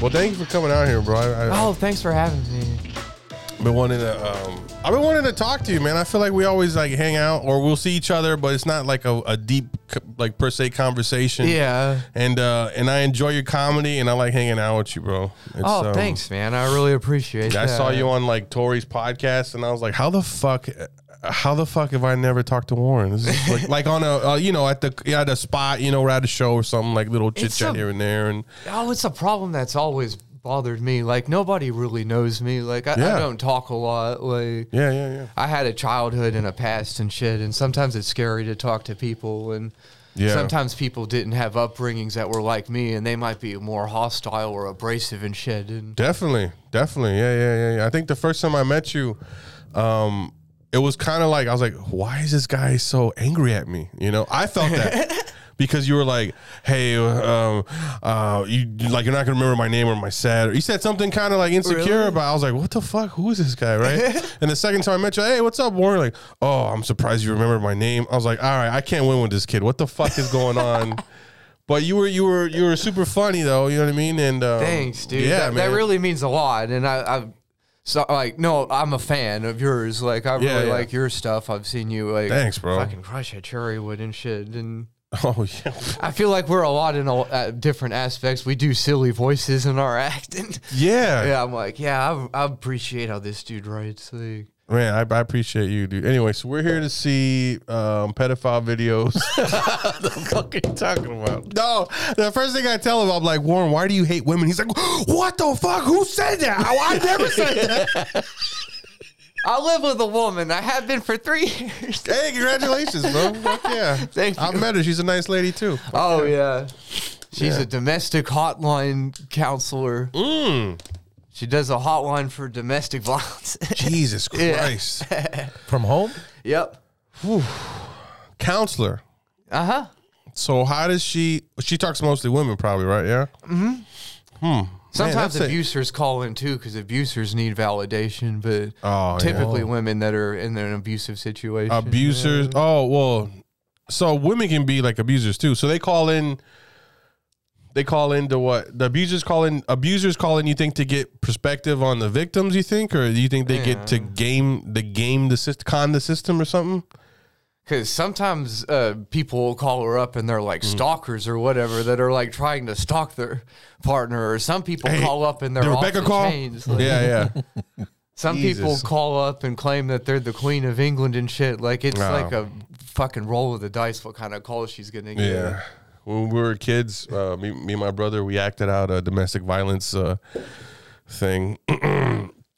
Well, thank you for coming out here, bro. I, I, Oh, thanks for having me. I've been wanting to. Um, I've been wanting to talk to you, man. I feel like we always like hang out or we'll see each other, but it's not like a, a deep co- like per se conversation. Yeah. And uh, and I enjoy your comedy, and I like hanging out with you, bro. It's, Oh, um, thanks, man. I really appreciate I that. saw you on like Tori's podcast, and I was like, how the fuck. How the fuck have I never talked to Warren? This is like, like on a uh, you know at the at a spot you know we're at a show or something like little chit It's chat a- here and there and Oh, it's a problem that's always bothered me. Like nobody really knows me. Like I, Yeah. I don't talk a lot. Like yeah yeah yeah I had a childhood and a past and shit, and sometimes it's scary to talk to people and. Yeah. Sometimes people didn't have upbringings that were like me, and they might be more hostile or abrasive and shit. And Definitely, definitely, yeah, yeah, yeah, yeah. I think the first time I met you, um, it was kind of like I was like, "Why is this guy so angry at me?" You know, I felt that because you were like, "Hey, um, uh, you like you're not gonna remember my name or my sad." Or you said something kind of like insecure Really? about. I was like, "What the fuck? Who is this guy?" Right? and the second time I met you, hey, what's up, Warren? Like, oh, I'm surprised you remembered my name. I was like, "All right, I can't win with this kid. What the fuck is going on?" But you were you were you were super funny though, you know what I mean? And um, thanks, dude. Yeah, that, man. that really means a lot. And I, I, so like, no, I'm a fan of yours. Like, I Yeah, really yeah. like your stuff. I've seen you like Thanks, bro. fucking crush at Cherrywood and shit. And Oh yeah, I feel like we're a lot in a, uh, different aspects. We do silly voices in our acting. yeah, yeah, I'm like, yeah, I, I appreciate how this dude writes. Like, man. I, I appreciate you, dude. Anyway, so we're here to see um, pedophile videos. the fuck are you talking about? No, the first thing I tell him, I'm like, Warren, why do you hate women? He's like, What the fuck? Who said that? I, I never said that. I live with a woman. I have been for three years. hey, congratulations, bro. Fuck yeah. Thank I you. met her. She's a nice lady too. Oh yeah, she's Yeah. a domestic hotline counselor. Mm. She does a hotline for domestic violence. Jesus Yeah. Christ. From home? yep. Counselor. Uh huh. So how does she? She talks mostly women, probably, right? Yeah. Mm-hmm. Hmm. Sometimes that's a- abusers call in too because abusers need validation, but Oh, yeah. typically women that are in an abusive situation. abusers. Oh well, so women can be like abusers too. So they call in. They call into what the abusers call in. Abusers call in. You think to get perspective on the victims? You think, or do you think they get to game the game the system, con the system or something? Because sometimes uh, people will call her up and they're like Mm. stalkers or whatever that are like trying to stalk their partner. Or some people Hey, call up and they're the off Rebecca the call. chains. Like, yeah, yeah. Some people Jesus. call up and claim that they're the queen of England and shit. Like it's Wow. like a fucking roll of the dice what kind of call she's gonna get. Yeah. When we were kids, uh, me, me and my brother, we acted out a domestic violence uh, thing.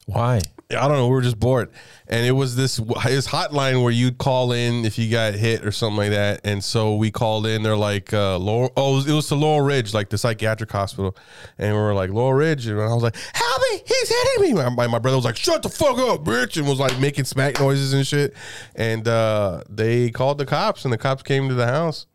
Why? I don't know. We were just bored, and it was this his hotline where you'd call in if you got hit or something like that. And so we called in. They're like, uh, Laurel, oh, it was, it was to Laurel Ridge, like the psychiatric hospital, and we were like Laurel Ridge, and I was like, help me, he's hitting me. My, my, my brother was like, shut the fuck up, bitch, and was like making smack noises and shit. And uh, they called the cops, and the cops came to the house.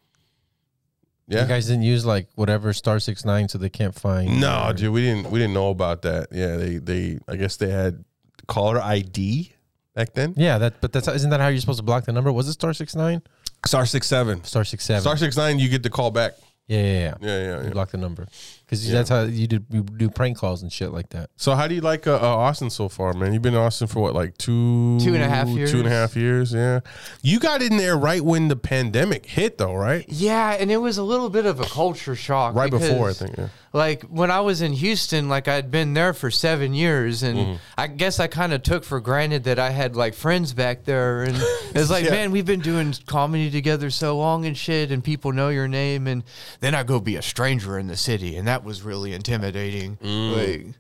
You Yeah. guys didn't use like whatever star six nine so they can't find No, your- dude, we didn't we didn't know about that. Yeah, they they I guess they had caller ID back then. Yeah, that but that's isn't that how you're supposed to block the number? Was it star six nine? Star six seven. Star six seven. Star six nine, you get the call back. yeah, yeah, yeah. Yeah, yeah, You yeah. block the number because that's how you do you do prank calls and shit like that. So how do you like uh, uh, Austin so far, man? You've been in Austin for what, like two, Two and a half two and a years. half years. Yeah, you got in there right when the pandemic hit, though, right? Yeah, and it was a little bit of a culture shock. Right before, I because, think, yeah. Like when I was in Houston, like I'd been there for seven years, and Mm-hmm. I guess I kind of took for granted that I had like friends back there, and it's like, Yeah. man, we've been doing comedy together so long and shit, and people know your name, and then I go be a stranger in the city, and that was really intimidating. Like, Mm.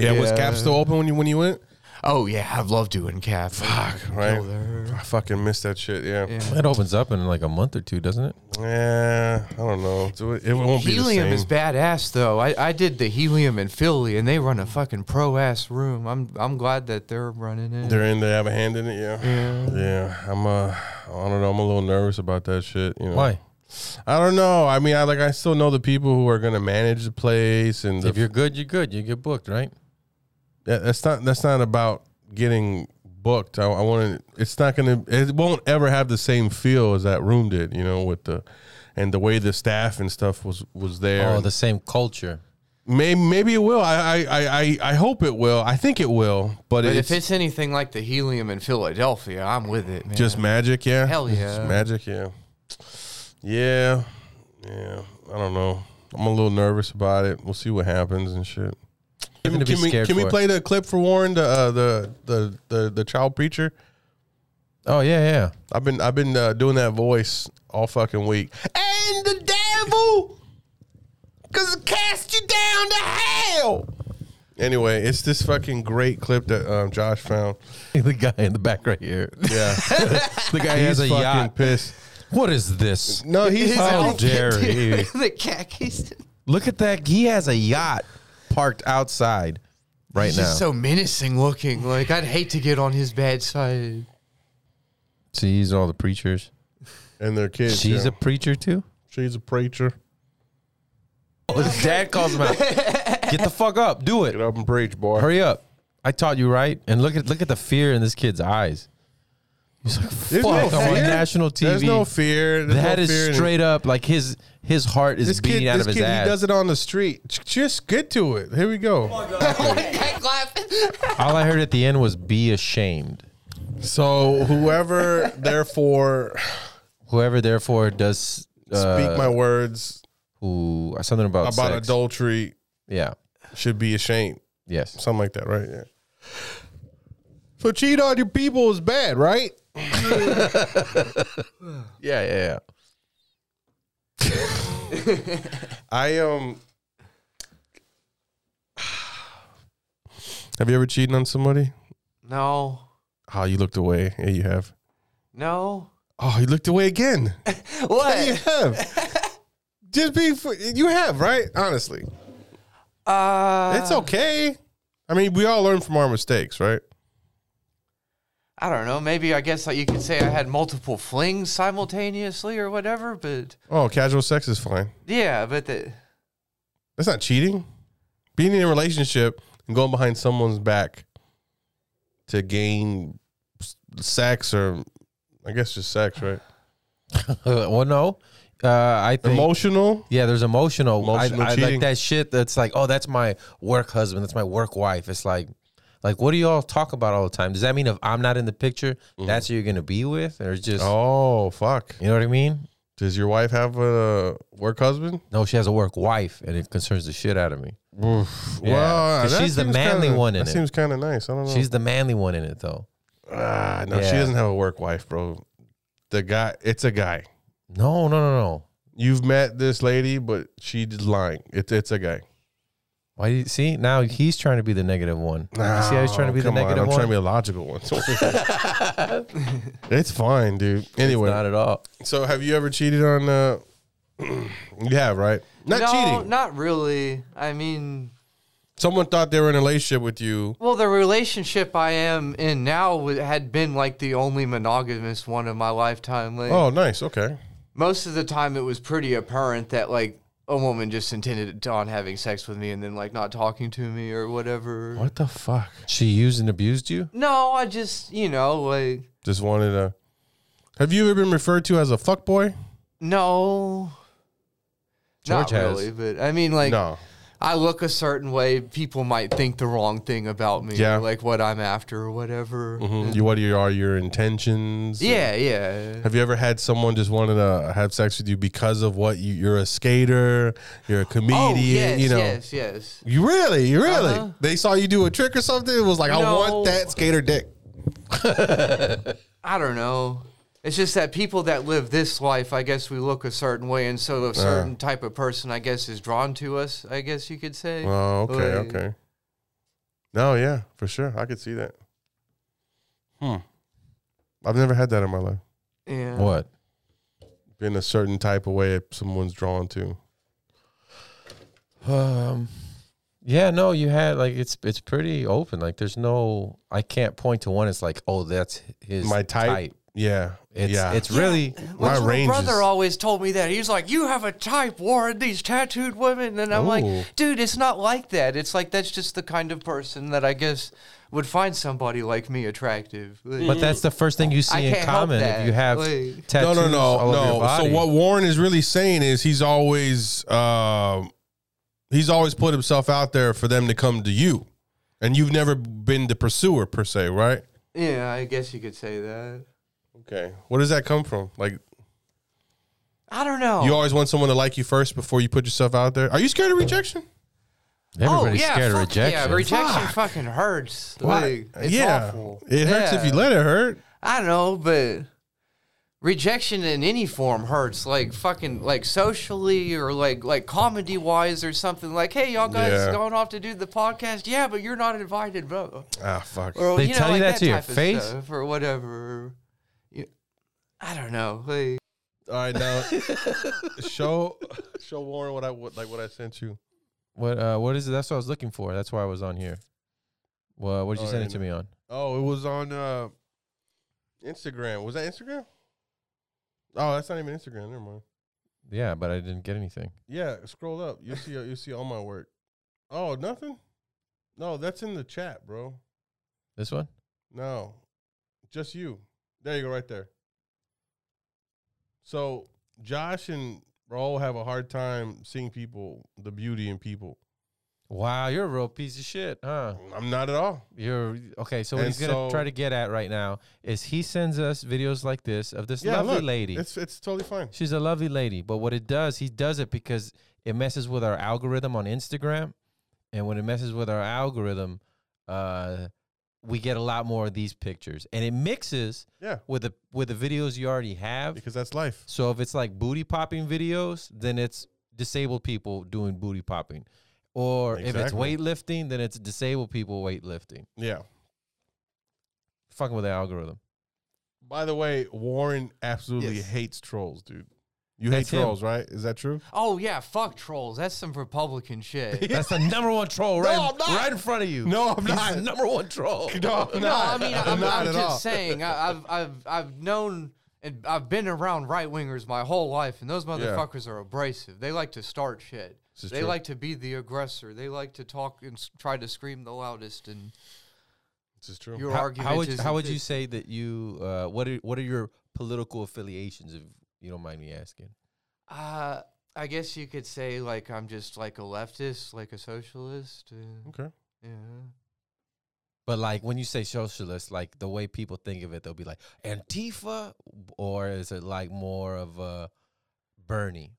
Yeah, was Yeah. Cap still open when you when you went? oh yeah, I love doing cap. Fuck, Right, I fucking missed that shit. Yeah, yeah. It opens up in like a month or two, doesn't it? I don't know. Do It, it won't be the Helium same. is badass though. I, I did the helium in Philly and they run a fucking pro ass room. I'm I'm glad that they're running it. They're in. They have a hand in it. Yeah, yeah. I'm. Uh, I don't know. I'm a little nervous about that shit. You know Why? I don't know. I mean, I like. I still know the people who are gonna manage the place and the If you're good, you're good. You get booked, right? that, that's not that's not about getting booked. I, I want to. It's not gonna. It won't ever have the same feel as that room did. You know, with the and the way the staff and stuff was was there. Oh, and- the same culture. Maybe maybe it will. I I, I- I I hope it will. I think it will. But, But it's, if it's anything like the helium in Philadelphia, I'm with it, man. just magic, yeah. Hell It's yeah. just magic, yeah. Yeah, yeah. I don't know. I'm a little nervous about it. We'll see what happens and shit. Can, Nothing to be can we scared can we for. play the clip for Warren the uh, the, the the the child preacher? Oh yeah, yeah. I've been I've been uh, doing that voice all fucking week. And the devil, cause it cast you down to hell. Anyway, it's this fucking great clip that um, Josh found. The guy in the back right here. Yeah, The guy he's has a fucking yacht. pissed. What is this? No, he's How out. dare he? the khakis. Look at that. He has a yacht parked outside right He's now. just so menacing looking. Like I'd hate to get on his bad side. See, he's all the preachers. and their kids. She's yeah. a preacher too. she's a preacher. Oh, his dad calls him out. Get the fuck up. Do it. Get up and preach, boy. Hurry up. I taught you right. And look at look at the fear in this kid's eyes. He's like, There's fuck no on fear. national TV. There's no fear. There's that no is fear in- straight up like his his heart is This beating kid, out this of his kid, ass. he does it on the street. J- Just get to it. Here we go. All I heard at the end was be ashamed. So whoever, therefore, Whoever therefore does speak uh, my words who uh, something about about sex. adultery Yeah. should be ashamed. Yes. Something like that, right? Yeah. So cheat on your people is bad, right? Yeah, yeah, yeah. I um. Have you ever cheated on somebody? No, Oh, you looked away. Yeah, you have. no. Oh, you looked away again. you What? have. Just be. fr- You have right. Honestly, Uh, it's okay. I mean, we all learn from our mistakes, right? I don't know. Maybe I guess like you could say I had multiple flings simultaneously or whatever. But Oh, casual sex is fine. yeah, but the, That's not cheating. Being in a relationship and going behind someone's back to gain s- sex, or I guess just sex, right? well, no. Uh, I think Emotional. Yeah, there's emotional. Emotional I, I cheating. like that shit. That's like, oh, that's my work husband. That's my work wife. It's like, like, what do y'all talk about all the time? Does that mean if I'm not in the picture, that's who you're gonna be with, or it's just, Mm-hmm. Oh fuck! you know what I mean? Does your wife have a work husband? No, she has a work wife, and it concerns the shit out of me. Yeah, Well, uh, 'cause that she's the seems manly kinda- one in That it. seems kind of nice. I don't know. She's the manly one in it, though. Ah, no, she Yeah. doesn't have a work wife, bro. The guy, it's a guy. No, no, no, no. You've met this lady, but she's lying. It's it's a guy. Why do you see now? He's trying to be the negative one. you see how he's trying to be the Oh, Come on, negative I'm one. trying to be a logical one. it's fine, dude. Anyway, Not at all. so have you ever cheated on? Uh, you have, right? Not no, cheating. not really. I mean, Someone thought they were in a relationship with you. well, the relationship I am in now w- had been like the only monogamous one of my lifetime. Like, Oh, nice. Okay. most of the time it was pretty apparent that like a woman just intended on having sex with me and then like not talking to me or whatever. What the fuck? She used and abused you. No, I just you know like Just wanted to. Have you ever been referred to as a fuck boy? no. not George has. really, but I mean like No. I look a certain way, people might think the wrong thing about me, Yeah. or, like what I'm after or whatever. Mm-hmm. Mhm. You, what are your, are your intentions? Yeah, yeah. Have you ever had someone just wanted to have sex with you because of what you, you're a skater, you're a comedian, Oh, yes, you know? yes, yes. You really, you really. Uh-huh. They saw you do a trick or something. It was like, I No. want that skater dick. I don't know. It's just that people that live this life, I guess we look a certain way, and so Uh. a certain type of person, I guess, is drawn to us. I guess you could say. Oh, okay, Like, okay. No, yeah, for sure. I could see that. Hmm. I've never had that in my life. Mm. Yeah. What? Been a certain type of way someone's drawn to. Um, yeah, no, you had like it's it's pretty open. Like there's no, I can't point to one. It's like, oh, that's his My type. Yeah. It's yeah. it's really my My range brother is- always told me that. He's like, "You have a type, Warren. These tattooed women." And I'm Ooh. like, "Dude, it's not like that. It's like that's just the kind of person that I guess would find somebody like me attractive." Like- But that's the first thing you see in can't help common if that. you have Like- no, tattoos. no, all no, over your no. So body. what Warren is really saying is he's always um, He's always put himself out there for them to come to you, and you've never been the pursuer per se, right? Yeah, I guess you could say that. Okay. Where does that come from? Like I don't know. you always want someone to like you first before you put yourself out there. Are you scared of rejection? Everybody's oh, yeah, scared of fuck rejection. Yeah, rejection Fuck. fucking hurts. Like, it's yeah. awful. It hurts if Yeah. you let it hurt. I know, but rejection in any form hurts. Like fucking like socially or like like comedy wise or something. Like, hey, y'all guys Yeah. going off to do the podcast? Yeah, but you're not invited, bro. Ah, fuck. Or, They tell you that to your type of face? stuff or whatever. You- I don't know. Like, All right, now show show Warren what I what, like what I sent you. What uh what is it? That's what I was looking for. That's why I was on here. Well, what did you Oh, send yeah, it to me on? Oh, it was on uh, Instagram. Was that Instagram? Oh, that's not even Instagram. Never mind. Yeah, but I didn't get anything. Yeah, scroll up. You see you see all my work. Oh, nothing. No, that's in the chat, bro. This one? No, just you. There you go, right there. So Josh and Raul have a hard time seeing people, the beauty in people. Wow, you're a real piece of shit, huh? I'm not at all. You're okay. So what And he's gonna so- try to get at right now is he sends us videos like this of this lovely look, lady. It's it's totally fine. She's a lovely lady, but what it does, he does it because it messes with our algorithm on Instagram, and when it messes with our algorithm, uh, we get a lot more of these pictures, and it mixes Yeah, with the with the videos you already have. because that's life. So if it's like booty popping videos, then it's disabled people doing booty popping. Or if it's Exactly. weightlifting, then it's disabled people weightlifting. Yeah. Fucking with the algorithm. By the way, Warren absolutely Yes. hates trolls, dude. You That's hate him. trolls, right? Is that true? oh yeah, fuck trolls. That's some Republican shit. That's the number one troll right, I'm not. right in front of you. No, I'm He's not. the number one troll. No, No, I mean, I'm, I'm just saying. I, I've, I've, I've known and I've been around right wingers my whole life, and those motherfuckers are abrasive. They like to start shit. is They true. like to be the aggressor. They like to talk and s- try to scream the loudest. And This is true. your How, argument how would, is how would you say that you, uh, what, are, what are your political affiliations, if you don't mind me asking? Uh, I guess you could say like I'm just like a leftist, like a socialist. Uh, okay. yeah. But like when you say socialist, like the way people think of it, they'll be like Antifa, or is it like more of a Bernie?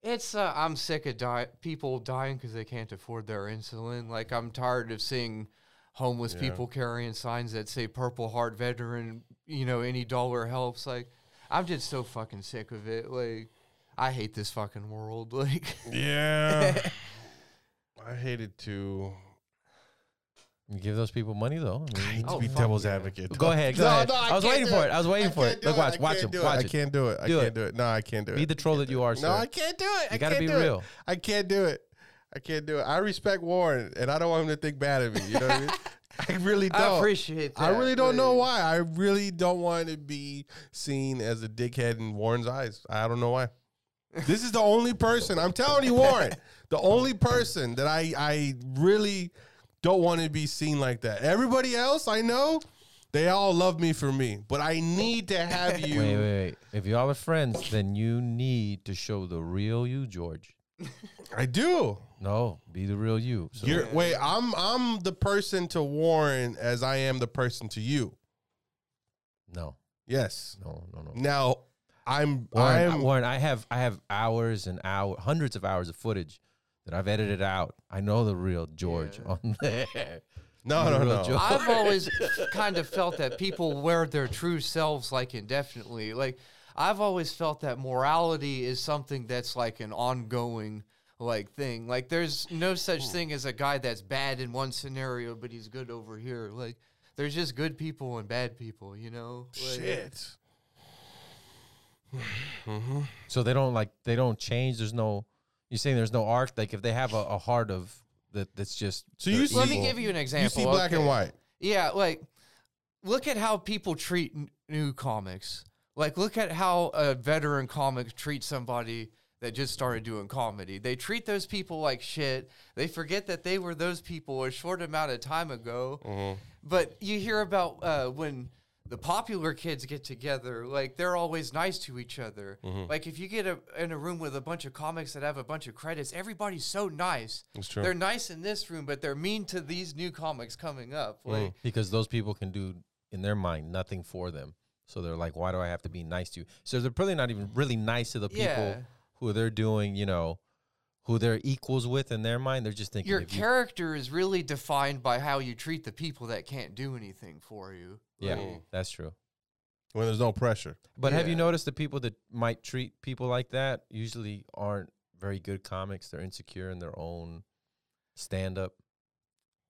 It's uh, I'm sick of di- people dying because they can't afford their insulin. Like I'm tired of seeing homeless Yeah. people carrying signs that say "Purple Heart Veteran." You know, any dollar helps. Like I'm just so fucking sick of it. Like I hate this fucking world. Like Yeah. I hate it too. You give those people money though. I mean, hate Oh, fuck yeah. advocate. go ahead, go No, ahead. no, I I, was can't waiting do for it. it. I was waiting I for it. can't do Look, watch, I watch can't him, do it. watch I it. can't do it. I Do can't it. do it. No, I can't do it. Be the troll that you are, sir. No, I can't do it. I You gotta can't be do it. real. I can't do it. I can't do it. I respect Warren, and I don't want him to think bad of me. You know what I mean? I really don't. I appreciate that. I really don't know like- why. I really don't want to be seen as a dickhead in Warren's eyes. I don't know why. This is the only person I'm telling you, Warren. the only person that I I really don't want to be seen like that. Everybody else I know, they all love me for me. But I need to have you. Wait, wait, wait. If y'all are friends, then you need to show the real you, George. I do. No, be the real you. So You're wait. I'm I'm the person to Warren as I am the person to you. no, Yes. no, no, no. Now I'm Warren, I'm Warren, I have I have hours and hour, hundreds of hours of footage that I've edited out. I know the real George Yeah. on there. no no You're no. a joke. I've always kind of felt that people wear their true selves like indefinitely. Like I've always felt that morality is something that's like an ongoing like thing. Like there's no such thing as a guy that's bad in one scenario but he's good over here. Like there's just good people and bad people, you know? Like, Shit. So they don't like they don't change. There's no you're saying there's no arc. Like if they have a, a heart of that that's just So you they're see- Let me evil. give you an example. You see black and okay? white. Yeah, like look at how people treat n- new comics. Like look at how a veteran comic treats somebody that just started doing comedy. They treat those people like shit. They forget that they were those people a short amount of time ago. But you hear about uh, when the popular kids get together, like they're always nice to each other. Like if you get a, in a room with a bunch of comics that have a bunch of credits, everybody's so nice. That's true. They're nice in this room, but they're mean to these new comics coming up. Like because those people can do in their mind nothing for them. So they're like, why do I have to be nice to you? So they're probably not even really nice to the people Yeah. who they're doing, you know, who they're equals with in their mind. They're just thinking your if you- character is really defined by how you treat the people that can't do anything for you. yeah, Like, that's true. when there's no pressure. But have you Yeah. noticed the people that might treat people like that usually aren't very good comics. They're insecure in their own stand up.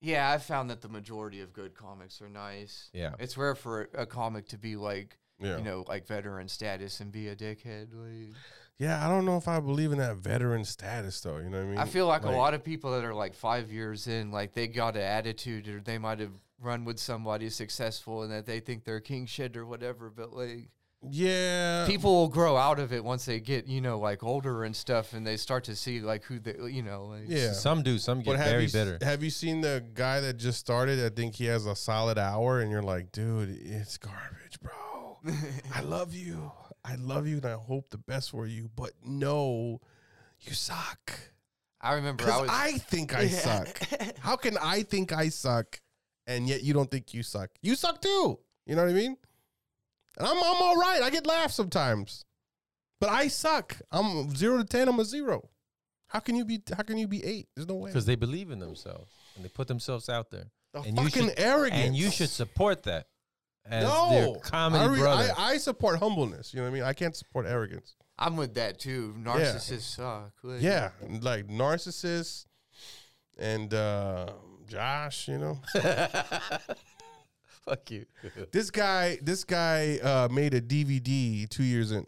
yeah, I found that the majority of good comics are nice. Yeah. It's rare for a, a comic to be like, Yeah. you know, like veteran status and be a dickhead. Like, Yeah, I don't know if I believe in that veteran status though. You know what I mean? I feel like, a lot of people that are like five years in, like they got an attitude or they might have run with somebody successful and that they think they're king shit or whatever. But like Yeah. people will grow out of it once they get, you know, like older and stuff and they start to see like who they, you know, like, yeah. Some do, some get But have very you, s- bitter. have you seen the guy that just started? I think he has a solid hour, and you're like, dude, it's garbage, bro. I love you. I love you, and I hope the best for you. But no, you suck. I remember I Because was. I, think I suck. How can I think I suck, and yet you don't think you suck? You suck too. You know what I mean? And I'm I'm all right. I get laughs sometimes, but I suck. I'm zero to ten. I'm a zero. How can you be? How can you be eight? There's no way. because they believe in themselves and they put themselves out there. The and fucking you should, arrogance. And you should support that as their no comedy I, re- brother. I, I support humbleness. You know what I mean? I can't support arrogance. I'm with that too. Narcissists suck. Like, Yeah, like narcissists and uh, Josh. You know, Fuck you. this guy. This guy uh, made a DVD two years in.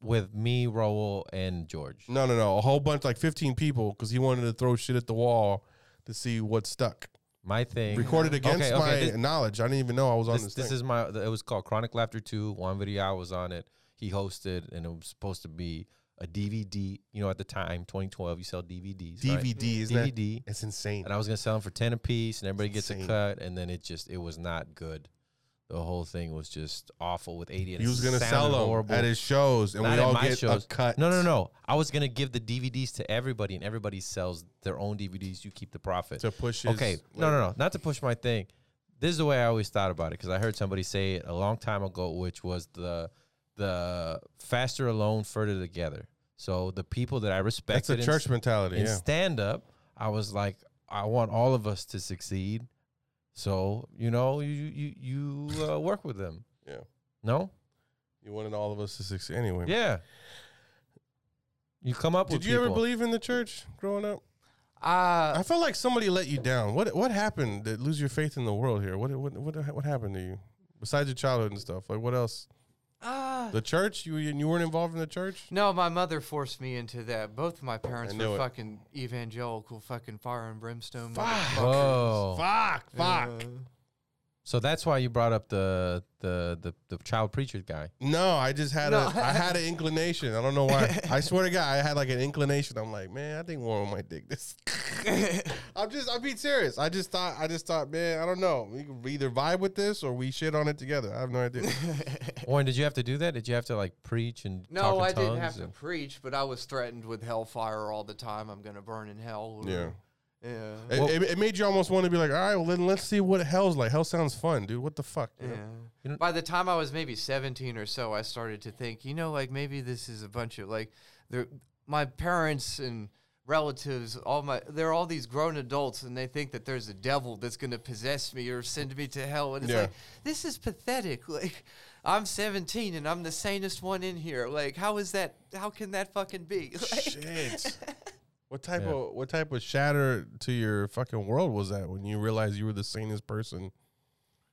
With me, Raul, and George. No, no, no. A whole bunch, like fifteen people, because he wanted to throw shit at the wall to see what stuck. My thing. Recorded against Okay, okay, my this- knowledge. I didn't even know I was on This, this. this thing. is my. It was called Chronic Laughter Two. Juan Villar was on it. He hosted, and it was supposed to be a DVD. You know, at the time, 2012, you sell DVDs. right? DVD, isn't it? DVD. It's insane. and I was gonna sell them for ten a piece, and everybody gets a insane. cut, and then it just it was not good. The whole thing was just awful with eighty. And He it was gonna sounded sell them horrible. at his shows, and Not we at all my get shows. a cut. Uh, No, no, no. I was gonna give the DVDs to everybody, and everybody sells their own DVDs. You keep the profit. To push. His, okay, no, no, no. Not to push my thing. This is the way I always thought about it because I heard somebody say it a long time ago, which was the the faster alone, further together. So the people that I That's respected a and church mentality. in yeah. stand up, I was like, I want all of us to succeed. So you know, you you you you, uh, work with them. Yeah. No. You wanted all of us to succeed anyway. Yeah. You come up with. Did you ever people. believe in the church growing up? Uh, I feel like somebody let you down. What what happened to lose your faith in the world here? What what what, what happened to you? Besides your childhood and stuff, like what else? uh, The church? You you weren't involved in the church? no, my mother forced me into that. Both of my parents knew were it. fucking evangelical, fucking fire and brimstone. Fuck. motherfuckers. Whoa. Fuck, fuck. Uh, So that's why you brought up the the the, the child preacher guy. No, I just had No. a I had an inclination. I don't know why. I swear to God, I had like an inclination. I'm like, man, I think Warren might dig this. I'm just I'm being serious. I just thought I just thought, man, I don't know. We could either vibe with this or we shit on it together. I have no idea. Warren, did you have to do that? Did you have to like preach and talk no, in I didn't tongues have to and- preach, but I was threatened with hellfire all the time. I'm gonna burn in hell. or- Yeah. Yeah. It, Well- it, it made you almost want to be like, all right, well, then let's see what hell's like. Hell sounds fun, dude. What the fuck? you know? Yeah. You know- By the time I was maybe 17 or so, I started to think, you know, like maybe this is a bunch of like, they're, my parents and relatives, all my, they're all these grown adults and they think that there's a devil that's going to possess me or send me to hell. And it's Yeah. like, this is pathetic. Like, I'm 17 and I'm the sanest one in here. Like, how is that? How can that fucking be? Like, Shit. what type Yeah. of what type of shatter to your fucking world was that when you realized you were the sanest person?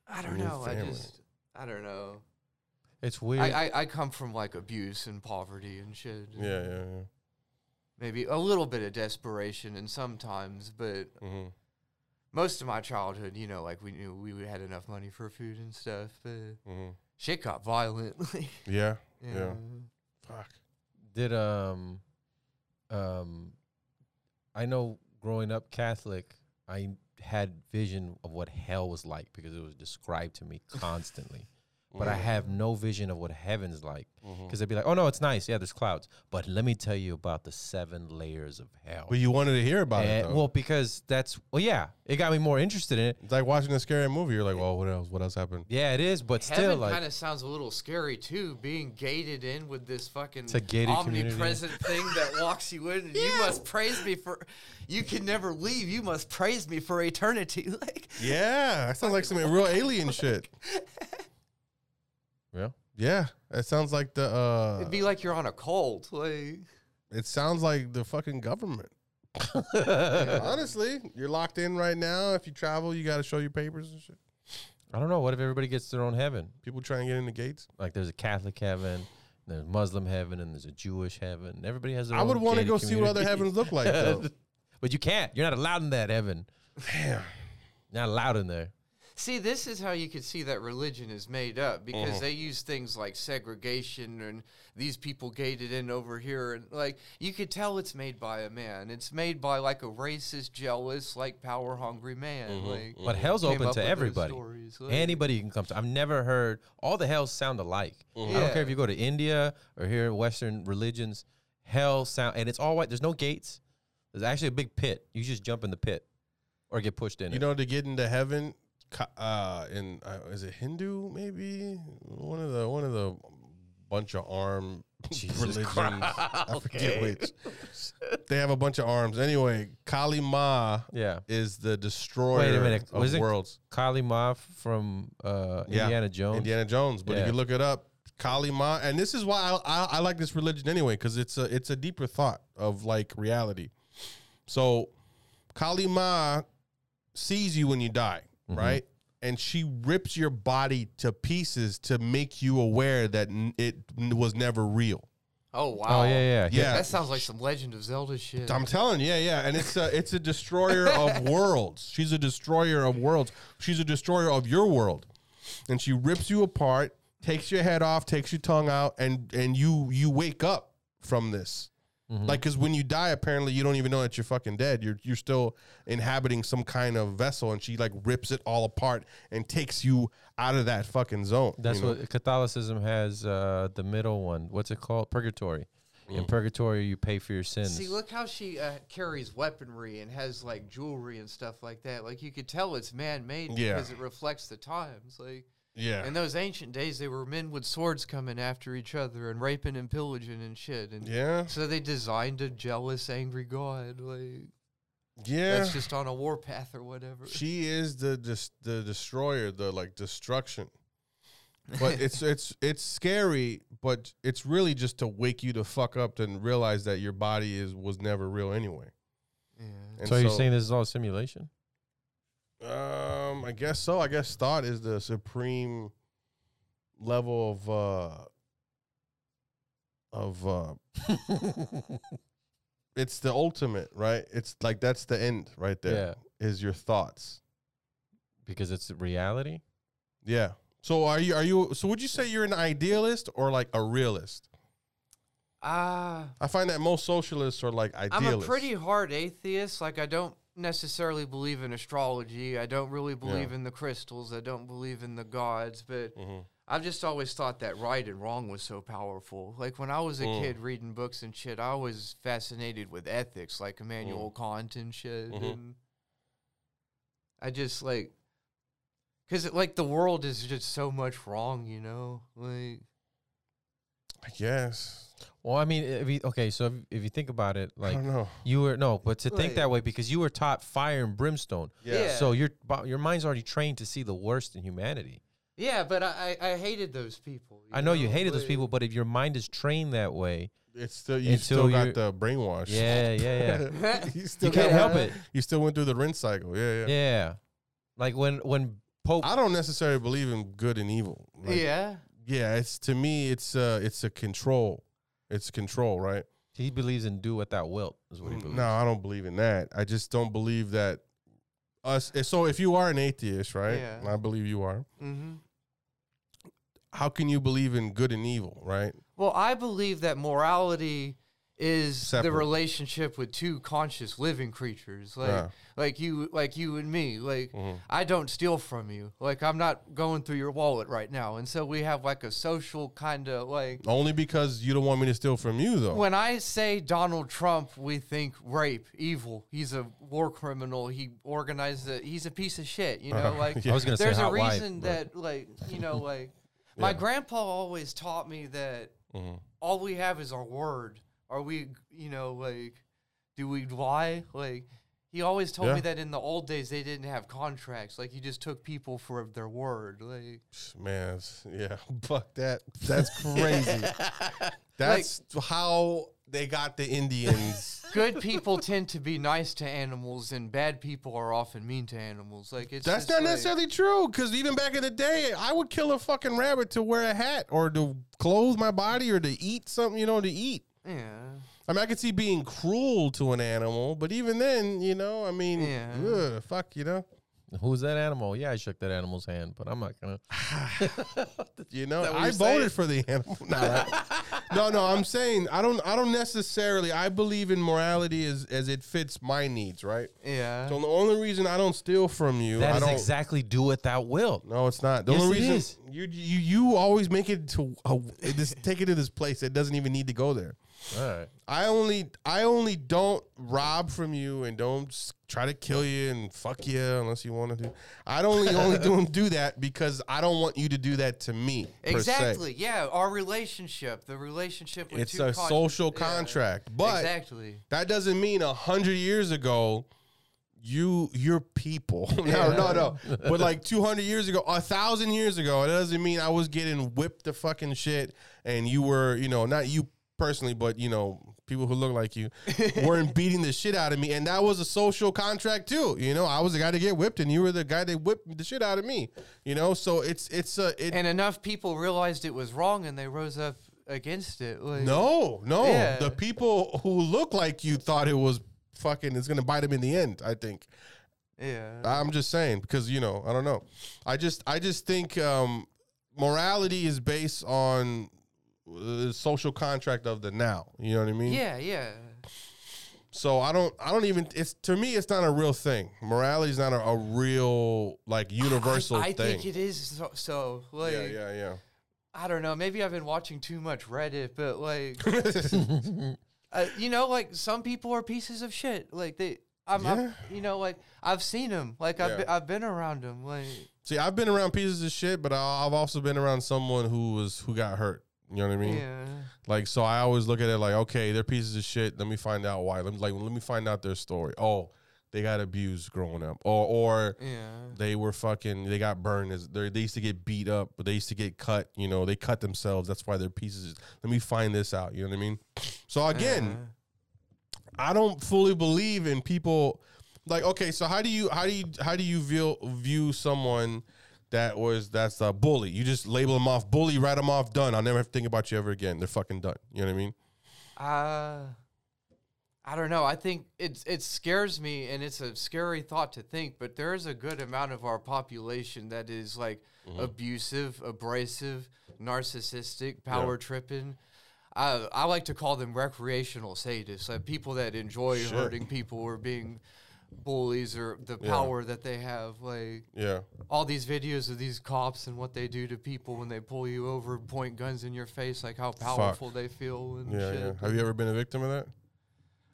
I don't Your know. I family. just, I don't know. It's weird. I, I, I come from like abuse and poverty and shit. Yeah, yeah, yeah. maybe a little bit of desperation and sometimes but hmm most of my childhood you know like we knew we had enough money for food and stuff but hmm shit got violent like, Yeah. yeah. Yeah. Fuck. did um um I know growing up Catholic, I had vision of what hell was like because it was described to me constantly. But Mm-hmm. I have no vision of what heaven's like because I'd be like, oh no, it's nice. Yeah, there's clouds. But let me tell you about the seven layers of hell. But you wanted to hear about it. And- Though. well, because that's, well, yeah, it got me more interested in it. it's like watching a scary movie. You're like, well, what else? What else happened? Yeah, it is, but still, Heaven like, kind of sounds a little scary too, being gated in with this fucking a gated community. omnipresent thing that walks you in. And You must praise me for, you can never leave. You must praise me for eternity. Like Yeah, that sounds like some real alien shit. yeah. Yeah, that sounds like the. uh it'd be like you're on a cold. Like It sounds like the fucking government. Honestly, you're locked in right now. If you travel, you got to show your papers and shit. I don't know. What if everybody gets their own heaven? People try and get in the gates. Like, there's a Catholic heaven, there's Muslim heaven, and there's a Jewish heaven. and Everybody has their I own would want to gated go see what other community. heavens look like, though. but you can't. You're not allowed in that heaven. Damn. Not allowed in there. See, this is how you could see that religion is made up because they use things like segregation and these people gated in over here, and like you could tell it's made by a man. It's made by like a racist, jealous, like power hungry man. Like, But hell's came open up to with those everybody. stories, like- Anybody can come to. I've never heard all the hells sound alike. I don't Yeah. care if you go to India or here in Western religions. Hell sound and it's all white. There's no gates. There's actually a big pit. You just jump in the pit or get pushed in. You it. know, to get into heaven, co- uh, in uh, is it Hindu? Maybe one of the one of the bunch of arm religions. I forget which. They have a bunch of arms. Anyway, Kali Ma yeah. is the destroyer minute, of wasn't- worlds. Kali Ma from uh, Yeah. Indiana Jones. Indiana Jones. But Yeah. if you look it up, Kali Ma, and this is why I, I, I like this religion anyway, because it's a it's a deeper thought of like reality. So Kali Ma sees you when you die, Mm-hmm. right? And she rips your body to pieces to make you aware that n- it n- was never real. Oh wow! Oh yeah, yeah, yeah. Yeah. That sounds like some Legend of Zelda shit. I'm telling you, yeah, yeah. And it's a it's a destroyer of worlds. She's a destroyer of worlds. She's a destroyer of your world. And she rips you apart, takes your head off, takes your tongue out, and and you you wake up from this. Mm-hmm. Like, cause when you die, apparently you don't even know that you're fucking dead. You're you're still inhabiting some kind of vessel, and she like rips it all apart and takes you out of that fucking zone. That's you know? what Catholicism has. Uh, the middle one. What's it called? Purgatory. Mm. In purgatory, you pay for your sins. See, look how she uh, carries weaponry and has like jewelry and stuff like that. Like you could tell it's man made Yeah. because it reflects the times. Like. Yeah. In those ancient days, they were men with swords coming after each other and raping and pillaging and shit. And yeah. so they designed a jealous, angry god. Like Yeah. that's just on a warpath or whatever. She is the dis- the destroyer, the like destruction. But it's it's it's scary, but it's really just to wake you the fuck up and realize that your body is was never real anyway. yeah. And so, you're saying this is all simulation? Um, I guess so. I guess thought is the supreme level of uh of uh it's the ultimate, right? It's like that's the end right there. Is your thoughts. because it's reality. Yeah. So are you are you so would you say you're an idealist or like a realist? Ah, I find that most socialists are like I'm idealists. a pretty hard atheist. Like I don't necessarily believe in astrology. I don't really believe in the crystals. I don't believe in the gods. But Mm-hmm. I've just always thought that right and wrong was so powerful. Like when I was a kid reading books and shit, I was fascinated with ethics, like Immanuel Kant and shit. And I just like, cause it, like the world is just so much wrong, you know. Like I guess. Well, I mean, if you, okay, so if, if you think about it, I like don't know. you were no, but to think Like- that way because you were taught fire and brimstone. Yeah. Yeah. So your bo- your mind's already trained to see the worst in humanity. yeah, but I I, I hated those people. I know you hated those like- people, but if your mind is trained that way, It's still you Until still got you- the brainwash. yeah, yeah, yeah. you still you can't got- help it. You still went through the rinse cycle. Yeah, yeah. Yeah, like when when Pope I don't necessarily believe in good and evil. Like, yeah. Yeah, it's to me it's uh it's a control. It's control, right? he believes in do what thou wilt is what he believes. No, I don't believe in that. I just don't believe that us eh, so if you are an atheist, right? Yeah. And I believe you are. Mm-hmm. how can you believe in good and evil, right? Well, I believe that morality is Separate. the relationship with two conscious living creatures like Yeah. like you like you and me like i don't steal from you like i'm not going through your wallet right now and so we have like a social kind of like Only because you don't want me to steal from you, though. when I say Donald Trump, we think rape, evil. He's a war criminal. He organized it. He's a piece of shit. You know, like I was gonna say there's a hot wife, reason but- that, like, you know, like my grandpa always taught me that Mm-hmm. all we have is our word. Are we, you know, like, do we lie? Like, he always told Yeah. me that in the old days they didn't have contracts. Like, you just took people for their word. Like, Man, it's- yeah, fuck that. That's crazy. That's how they got the Indians. good people tend to be nice to animals and bad people are often mean to animals like it's That's just not like- necessarily true. Because even back in the day, I would kill a fucking rabbit to wear a hat or to clothe my body or to eat something, you know, to eat. yeah I mean, I could see being cruel to an animal, but even then, you know, I mean, Yeah. ugh, fuck, you know, Who's that animal? Yeah, I shook that animal's hand, but I'm not gonna. you know. what I you're voted saying? for the animal. Nah, I- no, no, I'm saying I don't. I don't necessarily. I believe in morality as as it fits my needs, right? yeah So the only reason I don't steal from you, That I is don't. exactly do it thou wilt. no, it's not. The Yes, only it reason is. you you you always make it to a, it just take it to this place that doesn't even need to go there. All right. I only I only don't rob from you and don't s- try to kill you and fuck you unless you want to do. I don't only only do do that because I don't want you to do that to me. per se. exactly yeah our relationship the relationship with It's two a con- social yeah. contract, but exactly that doesn't mean a hundred years ago you your people no no no but like 200 years ago a thousand years ago it doesn't mean i was getting whipped to fucking shit and you were you know not you personally but you know people who look like you weren't beating the shit out of me and that was a social contract too you know i was the guy to get whipped and you were the guy that whipped the shit out of me you know so it's it's a it, and enough people realized it was wrong and they rose up against it like, No, no. Yeah. The people who look like you thought it was fucking it's gonna bite them in the end, I think. yeah I'm just saying, because you know, I don't know. I just I just think um morality is based on uh, the social contract of the now. You know what I mean? yeah yeah So I don't I don't even it's to me it's not a real thing. Morality's not a, a real like universal I, I thing. think it is so, so like yeah, yeah, yeah. I don't know. Maybe I've been watching too much Reddit, but like, uh, you know, like some people are pieces of shit. Like they, I'm, I'm- Yeah. you know, like I've seen them. Like I've, Yeah. be- I've been around them. Like See, I've been around pieces of shit, but I- I've also been around someone who was who got hurt. You know what I mean? yeah, Like so, I always look at it like, okay, they're pieces of shit. Let me find out why. Let me like, let me find out their story. Oh, they got abused growing up, or or yeah, they were fucking, they got burned. As they they used to get beat up, but they used to get cut. You know, they cut themselves. That's why they're pieces. Let me find this out. You know what I mean? So again, Uh-huh. I don't fully believe in people like okay, so how do you how do you how do you view view someone that was that's a bully? You just label them off bully, write them off, done. I'll never have to think about you ever again. They're fucking done. You know what I mean? Uh, I don't know. I think it's it scares me, and it's a scary thought to think. But there is a good amount of our population that is like Mm-hmm. abusive, abrasive, narcissistic, power tripping. I, I like to call them recreational sadists, like people that enjoy Sure. hurting people or being bullies or the Yeah. power that they have. Like Yeah. all these videos of these cops and what they do to people when they pull you over, and point guns in your face, like how powerful they feel and Yeah, shit. yeah. Have you ever been a victim of that?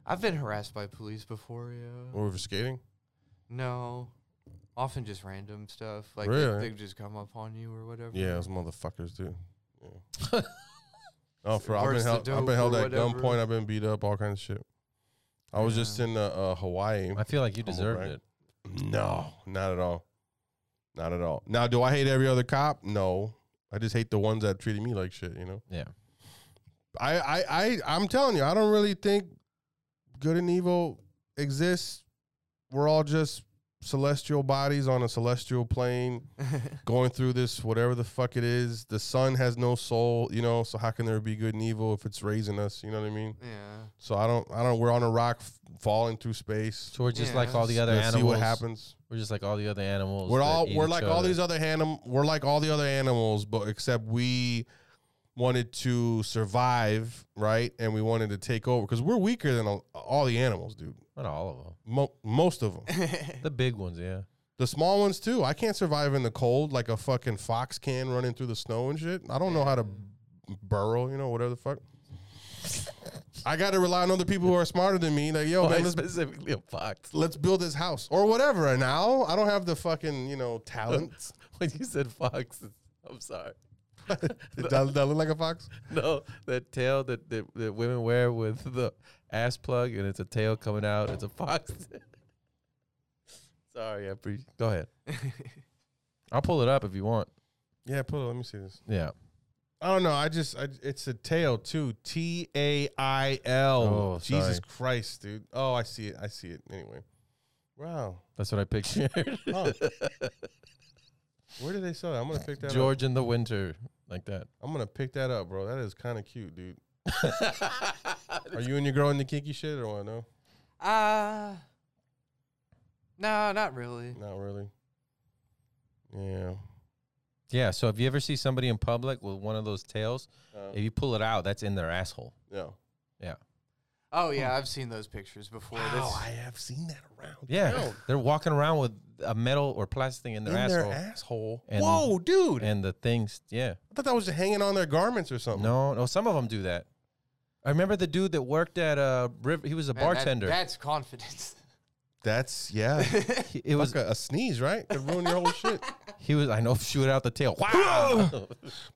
I've been harassed by police before, yeah. Over skating? No. Often just random stuff. Like Really? they, they just come up on you or whatever. Yeah, those motherfuckers do. Yeah. oh, for I've been Where's the held, I've dope been held or at whatever? gunpoint. I've been beat up, all kinds of shit. I was just in uh, uh, Hawaii. I feel like you Humble deserved brag. it. No, not at all. Not at all. Now, do I hate every other cop? No. I just hate the ones that treated me like shit, you know? Yeah. I, I, I I'm telling you, I don't really think good and evil exists. We're all just celestial bodies on a celestial plane going through this whatever the fuck it is. The sun has no soul, you know, so how can there be good and evil if it's raising us, you know what I mean? Yeah. So I don't I don't we're on a rock f- falling through space. So we're just like Yeah. all the other Let's animals. see what happens. We're just like all the other animals. We're that all eat we're each like all other. these other anim- we're like all the other animals, but except we wanted to survive, right? And we wanted to take over because we're weaker than all- all the animals, dude. Not all of them. Mo- most of them. The big ones, yeah. the small ones too. I can't survive in the cold like a fucking fox can running through the snow and shit. I don't know how to burrow, you know, whatever the fuck. I got to rely on other people who are smarter than me. Like, yo, man, let's specifically a fox? let's build this house or whatever. And now I don't have the fucking you know talent. When you said fox, I'm sorry. Did that, that look like a fox? No, that tail that, that that women wear with the ass plug and it's a tail coming out. It's a fox. sorry, I pre- go ahead. I'll pull it up if you want. Yeah, pull it. Let me see this. Yeah. I don't know. I just I, it's a tail too. T A I L. Oh, Jesus sorry. Christ, dude. Oh, I see it. I see it. Anyway, wow. That's what I pictured. Huh. Where do they sell that? I'm gonna pick that up. George in the winter, like that. I'm gonna pick that up, bro. That is kind of cute, dude. Are you and your girl into kinky shit or what? No, Uh, no, not really. not really. Yeah. Yeah. So if you ever see somebody in public with one of those tails, Uh, if you pull it out, that's in their asshole. no. Yeah. Oh yeah, I've seen those pictures before. That's, Hmm. I have seen that around. Yeah. town. They're walking around with a metal or plastic thing in In their asshole. their asshole. And- Whoa, dude! and the things, yeah. I thought that was just hanging on their garments or something. No, no, some of them do that. I remember the dude that worked at a river, he was a man, that- bartender. that's confidence. That's yeah. He- it was Fuck a, a sneeze, right? Could ruin your whole shit. he was I know shoot out the tail. Wow.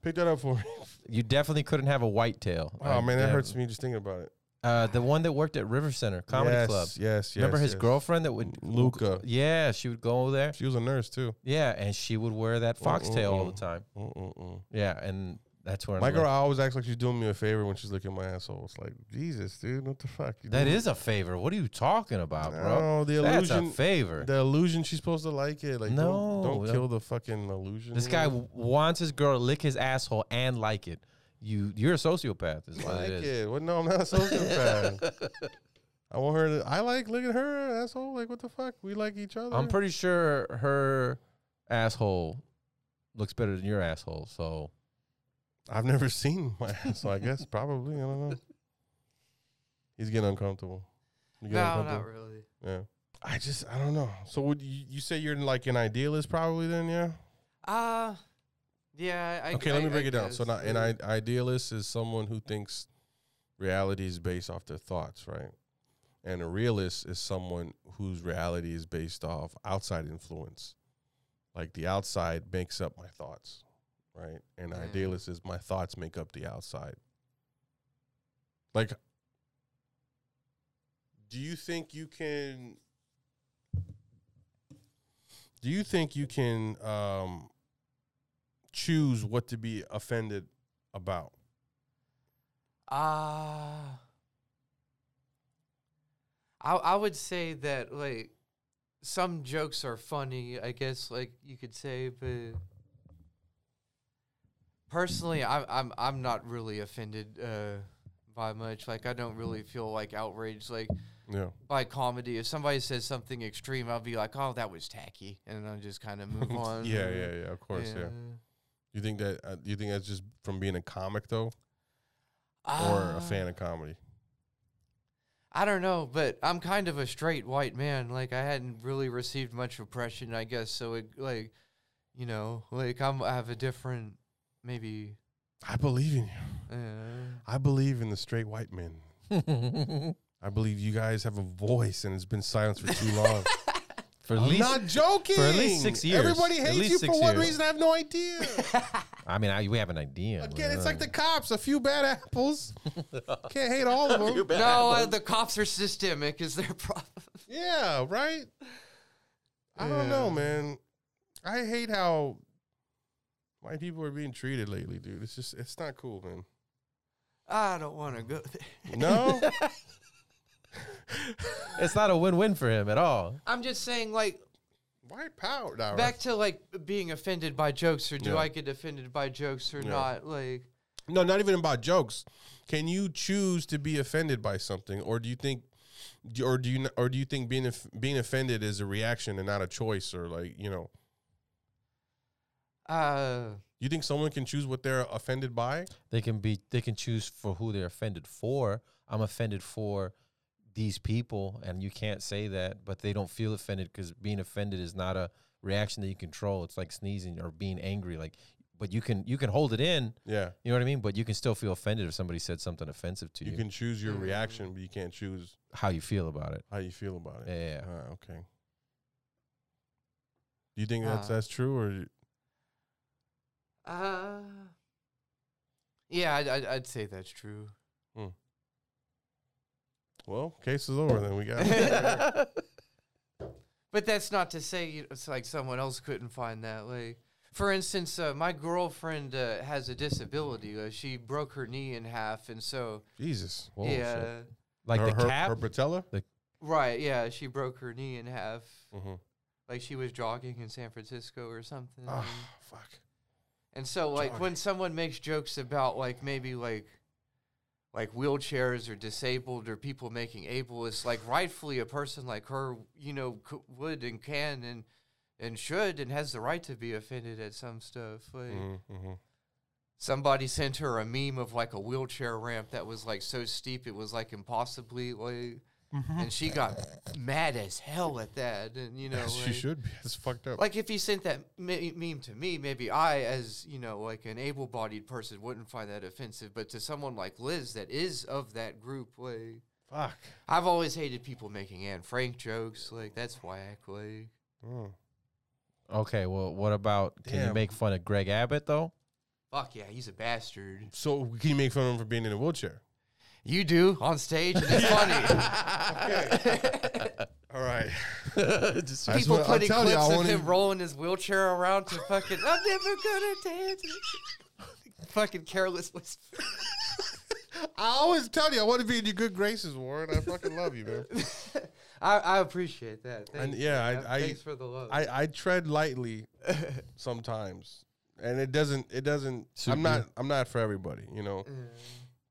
Pick that up for me. you definitely couldn't have a white tail. Oh I man, that def- hurts me just thinking about it. Uh, the one that worked at River Center Comedy yes, Club. Yes, yes. remember his yes. girlfriend that would uh, Luca. Yeah, she would go over there. She was a nurse too. Yeah, and she would wear that Mm, foxtail all the time. Mm-mm-mm. Yeah, and that's where I'm My like, girl always acts like she's doing me a favor when she's looking at my asshole. It's like, Jesus, dude, what the fuck? You That doing- is a favor. What are you talking about, bro? No, the That's a illusion. favor. the illusion she's supposed to like it. Like, No, don't, don't that- kill the fucking illusion. This you guy know? w- wants his girl to lick his asshole and like it. You, you're a sociopath. Is what like it is. it. What? No, I'm not a sociopath. I want her to. I like looking at her asshole. Like, what the fuck? We like each other. I'm pretty sure her asshole looks better than your asshole. So I've never seen my asshole. I guess probably. I don't know. He's getting uncomfortable. You no, getting not uncomfortable? really. Yeah. I just I don't know. So would you, you say you're like an idealist probably then? Yeah. Uh, yeah. I, okay, I, let me I break it down. So, guess, not, an yeah. i- idealist is someone who thinks reality is based off their thoughts, right? And a realist is someone whose reality is based off outside influence. Like the outside makes up my thoughts, right? And Mm. idealist is my thoughts make up the outside. Like, do you think you can? Do you think you can um, choose what to be offended about. Uh, I I would say that like some jokes are funny, I guess like you could say, but personally I I'm I'm not really offended uh by much. Like I don't really feel like outraged like Yeah. by comedy. If somebody says something extreme, I'll be like, "Oh, that was tacky." And I'll just kind of move on. yeah, yeah, yeah. Of course, yeah. Yeah. You think that? Uh, you think that's just from being a comic though, or Ah. a fan of comedy? I don't know, but I'm kind of a straight white man. Like I hadn't really received much oppression, I guess. So it like, you know, like I'm I have a different maybe. I believe in you. Uh, I believe in the straight white men. I believe you guys have a voice, and it's been silenced for too long. for at I'm least, not joking. for at least six years. Everybody At hates least you six for one years. reason. I have no idea. I mean, I, we have an idea. Again, it's like the cops. A few bad apples. Can't hate all of them. no, uh, the cops are systemic. Is their problem? Yeah, right. I don't know, Yeah. man. I hate how white people are being treated lately, dude. It's just it's not cool, man. I don't want to go there. No, it's not a win-win for him at all. I'm just saying, like white power. Nah, back to like being offended by jokes, or do Yeah. I get offended by jokes or Yeah. not? Like, No, not even about jokes. Can you choose to be offended by something, or do you think, do- or do you, n- or do you think being off- being offended is a reaction and not a choice, or like you know, uh, You think someone can choose what they're offended by? They can be they can choose for who they're offended for. I'm offended for these people and you can't say that, but they don't feel offended cuz being offended is not a reaction that you control. It's like sneezing or being angry like but you can you can hold it in, Yeah. you know what I mean? But you can still feel offended if somebody said something offensive to you. You can choose your reaction, but you can't choose how you feel about it. how you feel about it. Yeah, yeah, yeah. Ah, okay. Do you think that's Ah. that's true or you- Uh, yeah, I'd, I'd, I'd say that's true. well, case is over then. We got But that's not to say you- it's like someone else couldn't find that. Like, for instance, uh, my girlfriend uh, has a disability. Uh, she broke her knee in half, and so Jesus. Whoa, shit. yeah, Like her, the her, cap? her patella? right, yeah, she broke her knee in half. Mm-hmm. Like she was jogging in San Francisco or something. Oh, fuck. And so like when someone makes jokes about like maybe like like wheelchairs or disabled or people making ableists, like rightfully a person like her, you know, c- would and can and and should and has the right to be offended at some stuff. Like Mm-hmm. somebody sent her a meme of like a wheelchair ramp that was like so steep it was like impossibly like, and she got mad as hell at that. And you know, she like- should be. It's fucked up. like if you sent that me- meme to me, maybe I, as you know, like an able-bodied person, wouldn't find that offensive. But to someone like Liz, that is of that group, like Fuck. I've always hated people making Anne Frank jokes. Like that's whack. Like Mm. Okay, well, what about can you Damn. make fun of Greg Abbott though? fuck yeah, he's a bastard. So can you make fun of him for being in a wheelchair? You do on stage, and it's funny. All right. Just- I People swear- I'll putting tell you, clips I of won't him even- rolling his wheelchair around to fucking. I'm never gonna dance. fucking careless whisper. I always tell you I want to be in your good graces, Warren. I fucking love you, man. I, I appreciate that. Thanks, And yeah, man. I- I- thanks for the love. I, I tread lightly sometimes. And it doesn't it doesn't Suit I'm you. not I'm not for everybody, you know.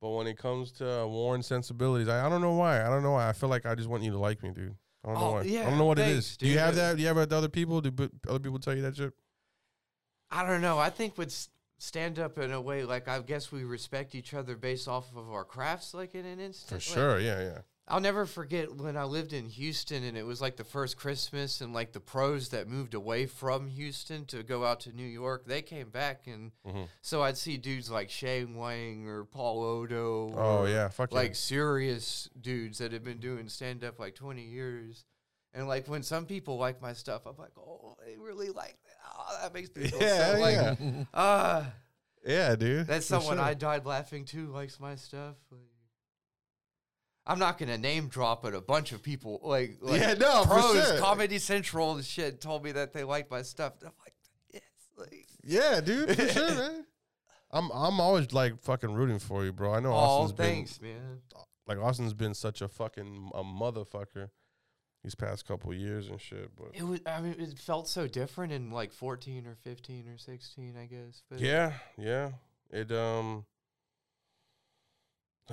But when it comes to uh, Warren sensibilities, I, I don't know why. I don't know why. I feel like I just want you to like me, dude. I don't know Oh, why. I yeah, don't know what it thanks, is. Do you have dude. that? Do you have it with other people? Do bu- other people tell you that shit? I don't know. I think would stand up in a way like I guess we respect each other based off of our crafts, like in an instant. For Like, sure. Yeah, yeah. I'll never forget when I lived in Houston and it was like the first Christmas and like the pros that moved away from Houston to go out to New York, they came back and Mm-hmm. so I'd see dudes like Shane Wang or Paul Odo. Oh or, yeah, fuck like yeah. serious dudes that have been doing stand up like 20 years. And like when some people like my stuff, I'm like, oh, they really like that. Oh, that makes me feel Yeah, so like, ah, Yeah, dude. that's For someone sure. I died laughing to likes my stuff. Like, I'm not gonna name drop, but a bunch of people like, like Yeah, no, for pros, sure. Comedy Central and shit told me that they liked my stuff. And I'm like, yes, like Yeah, dude, for sure, man. I'm I'm always like fucking rooting for you, bro. I know all Oh, Austin's Oh, thanks, man. been like Austin's been such a fucking a motherfucker these past couple years and shit, but It was, I mean, it felt so different in like 14 or 15 or 16, I guess. But yeah, yeah. It um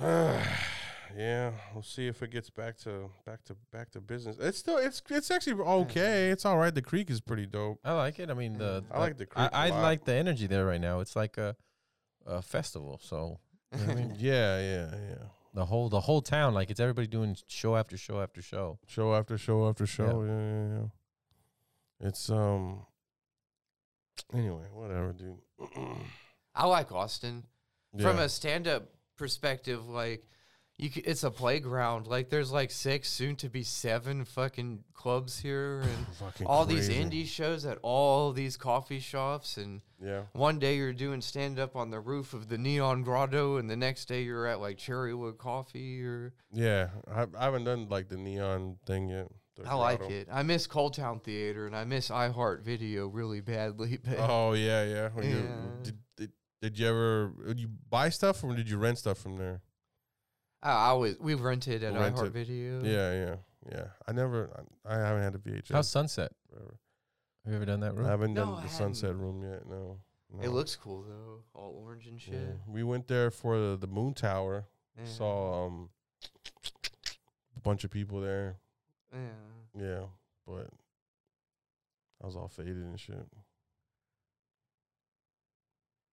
yeah, we'll see if it gets back to back to back to business. It's still it's it's actually okay. It's all right. The creek is pretty dope. I like it. I mean, the I like the I, creek. a I lot. like the energy there right now. It's like a a festival. So you know what I mean? Yeah, yeah, yeah. the whole the whole town, like it's everybody doing show after show after show. show after show after show. Yeah, yeah, yeah. It's um. Anyway, whatever, dude. I like Austin. Yeah. From a stand up perspective, like, you c- it's a playground. Like, there's like six, soon to be seven fucking clubs here, and Fucking all crazy. these indie shows at all these coffee shops. And yeah, one day you're doing stand up on the roof of the Neon Grotto, and the next day you're at like Cherrywood Coffee or. yeah. I, I haven't done like the neon thing yet. The I like grotto. it. I miss Cold Town Theater and I miss iHeart Video really badly. But Oh yeah, yeah. When you- Yeah. did, did did you ever would you buy stuff or did you rent stuff from there? I, I was we rented at Rented. iHeart Video. Yeah, yeah, yeah. I never. I, I haven't had a VHS. How's Sunset? forever. Have you ever done that I room? haven't No, done I the sunset room yet. No. no. It looks cool though, all orange and shit. Yeah. We went there for the, the moon tower. Yeah. Saw Mm-hmm. um a bunch of people there. Yeah. Yeah, but I was all faded and shit.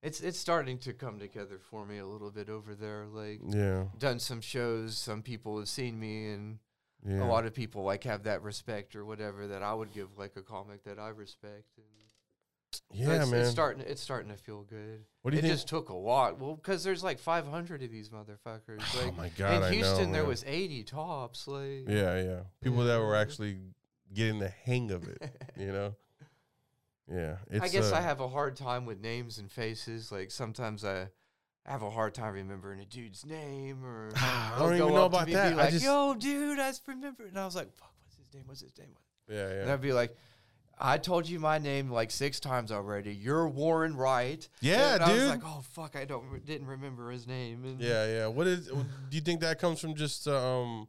it's it's starting to come together for me a little bit over there. Like Yeah. done some shows, some people have seen me, and Yeah. a lot of people like have that respect or whatever that I would give like a comic that I respect. And so yeah, it's, man. it's starting it's starting to feel good. what do you it think? just took a lot. Well, because there's like 500 of these motherfuckers. oh Like my god! in I know, Houston, there man. was Mm-hmm. 80 tops. Like Yeah, yeah. People that were Yeah. actually getting the hang of it, you know. Yeah, it's, I guess uh, I have a hard time with names and faces. Like sometimes I have a hard time remembering a dude's name, or Ah, I they'll don't even go know up to about me and that. Be I like, just- yo, dude, I just remembered, and I was like, fuck, what's his name? What's his name? Yeah, And yeah, I'd be like. I told you my name like six times already. You're Warren Wright. Yeah, and I was dude. like, oh fuck, I don't re- didn't remember his name. And yeah, yeah. What is? Do you think that comes from just um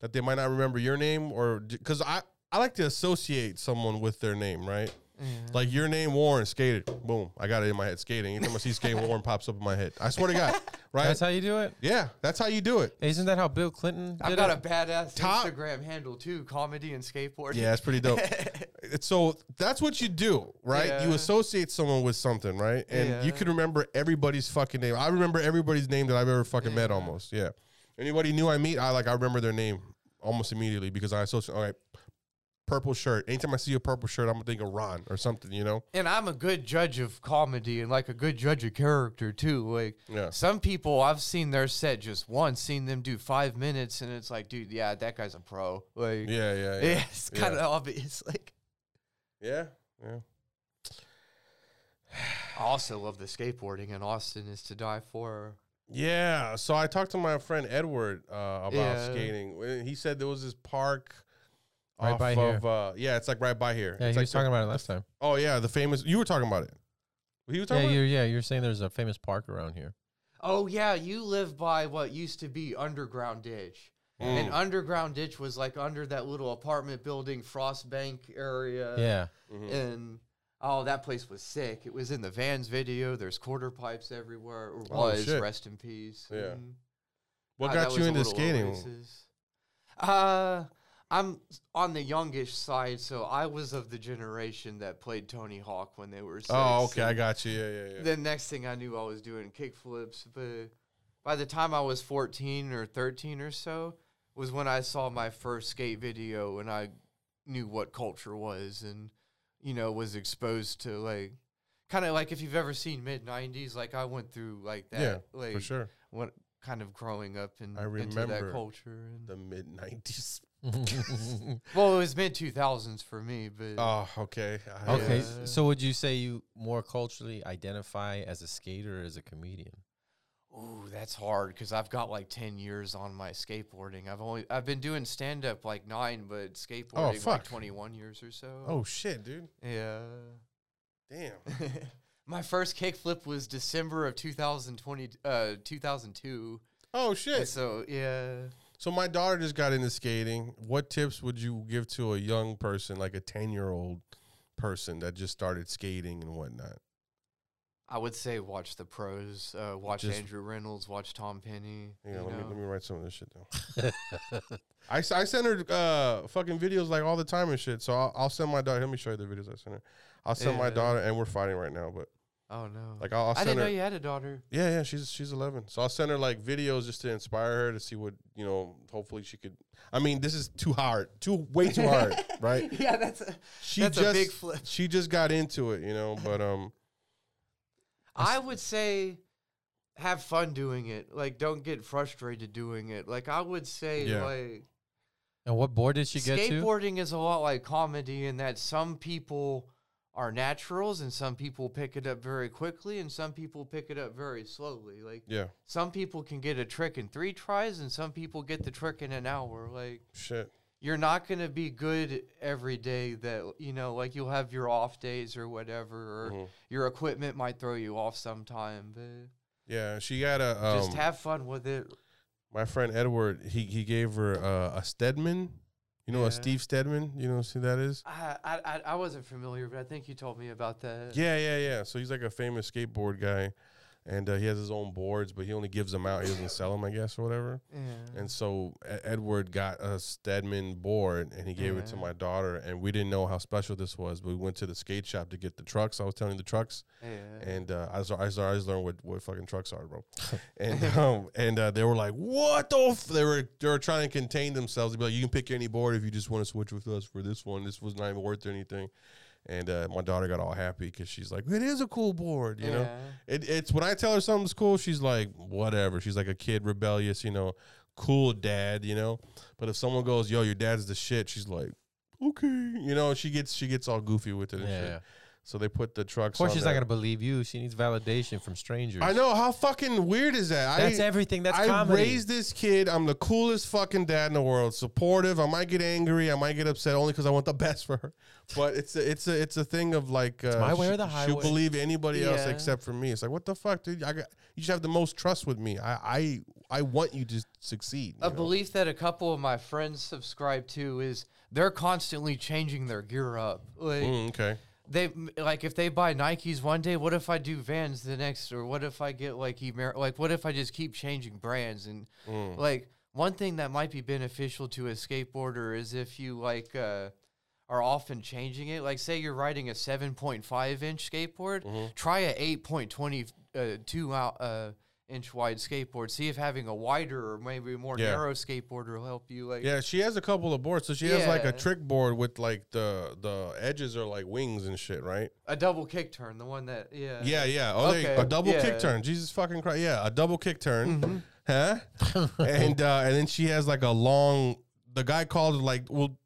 that they might not remember your name, or because I I like to associate someone with their name, right? yeah. Like your name Warren skated, boom, I got it in my head. Skating. Anytime I see skate Warren pops up in my head, I swear to God, right? That's how you do it. yeah, that's how you do it. Isn't that how Bill Clinton I've did got it? a badass Top- Instagram handle too, comedy and skateboarding. Yeah, it's pretty dope. It's- so that's what you do, right? You Yeah. associate someone with something, right? And you Yeah. can remember everybody's fucking name. I remember everybody's name that I've ever fucking met Yeah. almost. Yeah. Anybody new I meet, I like I remember their name almost immediately because I associate all right, purple shirt. Anytime I see a purple shirt, I'm gonna think of Ron or something, you know? and I'm a good judge of comedy and like a good judge of character too. Like Yeah. some people I've seen their set just once, seen them do five minutes, and it's like, dude, yeah, that guy's a pro. Like, Yeah, yeah, yeah. yeah, it's kind of obvious. Like, Yeah. Yeah. I also love the skateboarding in Austin is to die for. Yeah. So I talked to my friend Edward uh, about Yeah. skating. Uh, He said there was this park Right off by here. of uh, yeah, it's like right by here. Yeah, it's he like was the- talking about it last time. Oh yeah, the famous. You were talking about it. He was Yeah, talking. about you're, yeah, you're saying there's a famous park around here. Oh yeah, you live by what used to be Underground Ditch. Mm. And uh, Underground Ditch was like under that little apartment building, Frostbank Uh, area. yeah, Mm-hmm. Mm. and oh, that place was sick. It was in the Vans video. There's quarter pipes everywhere, or Oh, was shit. rest in peace. Yeah. and, what uh, that got you was a into little skating? oasis. Uh, I'm s- on the youngish side, so I was of the generation that played Tony Hawk when they were. Six, Oh, okay, I and got you. Yeah, yeah, yeah. The next thing I knew, I was doing kickflips. But by the time I was 14 or 13 or so, was when I saw my first skate video and I knew what culture was and you know was exposed to like kind of like if you've ever seen mid 90s like I went through like that Yeah, like For sure. what kind of growing up and I into that remember culture and The mid nineties. well it was mid 2000s for me but Oh, okay. I- Okay, Yeah. so would you say you more culturally identify as a skater or as a comedian? Ooh, that's hard because I've got like ten years on my skateboarding. I've only I've been doing stand up like nine, but skateboarding Oh, fuck. like twenty one years or so. Oh shit, dude. yeah. Damn. my first kickflip was December of 2020, uh, 2002. Oh And shit. so yeah, So my daughter just got into skating. What tips would you give to a young person, like a ten year old person that just started skating and whatnot? I would say watch the pros. Uh, watch Just- Andrew Reynolds. Watch Tom Penny. Hang you on, let me know. let me write some of this shit down. I, s- I send her uh, fucking videos like all the time and shit. So I'll, I'll send my daughter. Let me show you the videos I sent her. I'll send my Yeah. daughter, and we're fighting right now. But oh no, like I'll, I'll I send didn't know her. you had a daughter. Yeah, yeah, she's she's eleven. So I'll send her like videos just to inspire her to see what you know. Hopefully she could. I mean, this is too hard, too way too hard, right? yeah, that's a, She That's a just big flip. she just got into it, you know. But um, I would say have fun doing it. Like don't get frustrated doing it. Like I would say Yeah. like And what board did she get to? skateboarding is a lot like comedy in that some people are naturals and some people pick it up very quickly and some people pick it up very slowly. Like yeah, some people can get a trick in 3 tries and some people get the trick in an hour. Like shit. you're not going to be good every day that you know like you'll have your off days or whatever or Mhm. your equipment might throw you off sometime but Yeah, she got a um, just have fun with it. my friend Edward. He he gave her uh, a Stedman. You know Yeah. a Steve Stedman. You know who that is. I, I I- I wasn't familiar, but I think you told me about that. Yeah, yeah, yeah. So he's like a famous skateboard guy, and uh, he has his own boards, but he only gives them out. He doesn't sell them, I guess, or whatever. Yeah. And so E- Edward got a Stedman board and he gave it to Yeah. my daughter. And we didn't know how special this was, but we went to the skate shop to get the trucks. I was telling you the trucks. Yeah. And uh, I, was, I, was, I was learned what, what fucking trucks are, bro. And um, and uh, they were like, what the f-? They were, they were trying to contain themselves. They'd be like, you can pick any board if you just want to switch with us for this one. This was not even worth anything. And uh, my daughter got all happy because she's like, it is a cool board, you know? Yeah. It, it's when I tell her something's cool, she's like, whatever. She's like a kid, rebellious, you know, cool dad, you know. But if someone goes, yo, your dad's the shit, she's like, okay, you know. She gets she gets all goofy with it. And Yeah. Shit. So they put the trucks. Of course, on she's not there. gonna believe you. She needs validation from strangers. I know how fucking weird is that. That's I, everything. That's I comedy. raised this kid. I'm the coolest fucking dad in the world. Supportive. I might get angry. I might get upset only because I want the best for her. But it's a it's a it's a thing of like uh, my way or the She'll highway. believe anybody else Yeah. except for me. It's like what the fuck, dude. I got you should have the most trust with me. I I I want you to succeed. A you know? belief that a couple of my friends subscribe to is they're constantly changing their gear up. Like Mm, okay. they like if they buy Nikes one day, what if I do Vans the next, or what if I get like Emer- like what if I just keep changing brands and Mm. like one thing that might be beneficial to a skateboarder is if you like uh, are often changing it. Like say you're riding a 7.5 inch skateboard, Mm-hmm. try a 8.22 uh, two out. Uh, inch wide skateboard see if having a wider or maybe more Yeah. narrow skateboard will help you like Yeah, she has a couple of boards. So she has like a Yeah. trick board with like the the edges are like wings and shit, right? a double kick turn the one that yeah Yeah, yeah. Oh, there you- Okay, a double kick yeah. Mm-hmm. turn. Jesus fucking Christ. Yeah, a double kick turn. Huh? and uh, and then she has like a long. The guy called it like, well,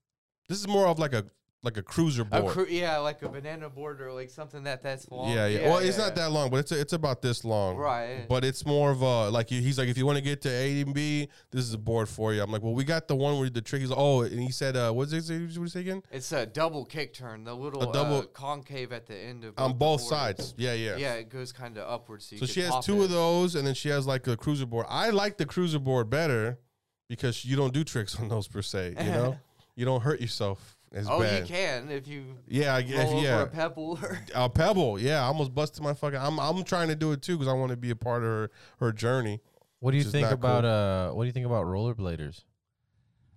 this is more of like a like a cruiser A board. cru- yeah, like a banana board or like something that that's long. yeah, yeah, Well, it's yeah. not that long, but it's it's about this long. Right. But it's more of a like he's like if you want to get to A and B, this is a board for you. I'm like, well, we got the one where the trick. He's like, oh, and he said, uh, what's it? What did he say again? It's a double kick turn, the little A double- uh, concave at the end of On the both board. sides. Yeah, yeah. Yeah, it goes kind of upwards. So, you So could she has pop two it. of those, and then she has like a cruiser board. I like the cruiser board better because you don't do tricks on those per se. You know, you don't hurt yourself as Oh, bad. you can if you Yeah, I guess. roll over Yeah, a pebble. Or a pebble. Yeah, I almost busted my fucking. I'm I'm trying to do it too because I want to be a part of her her journey. What do you Which is think not about uh? What do you think about rollerbladers?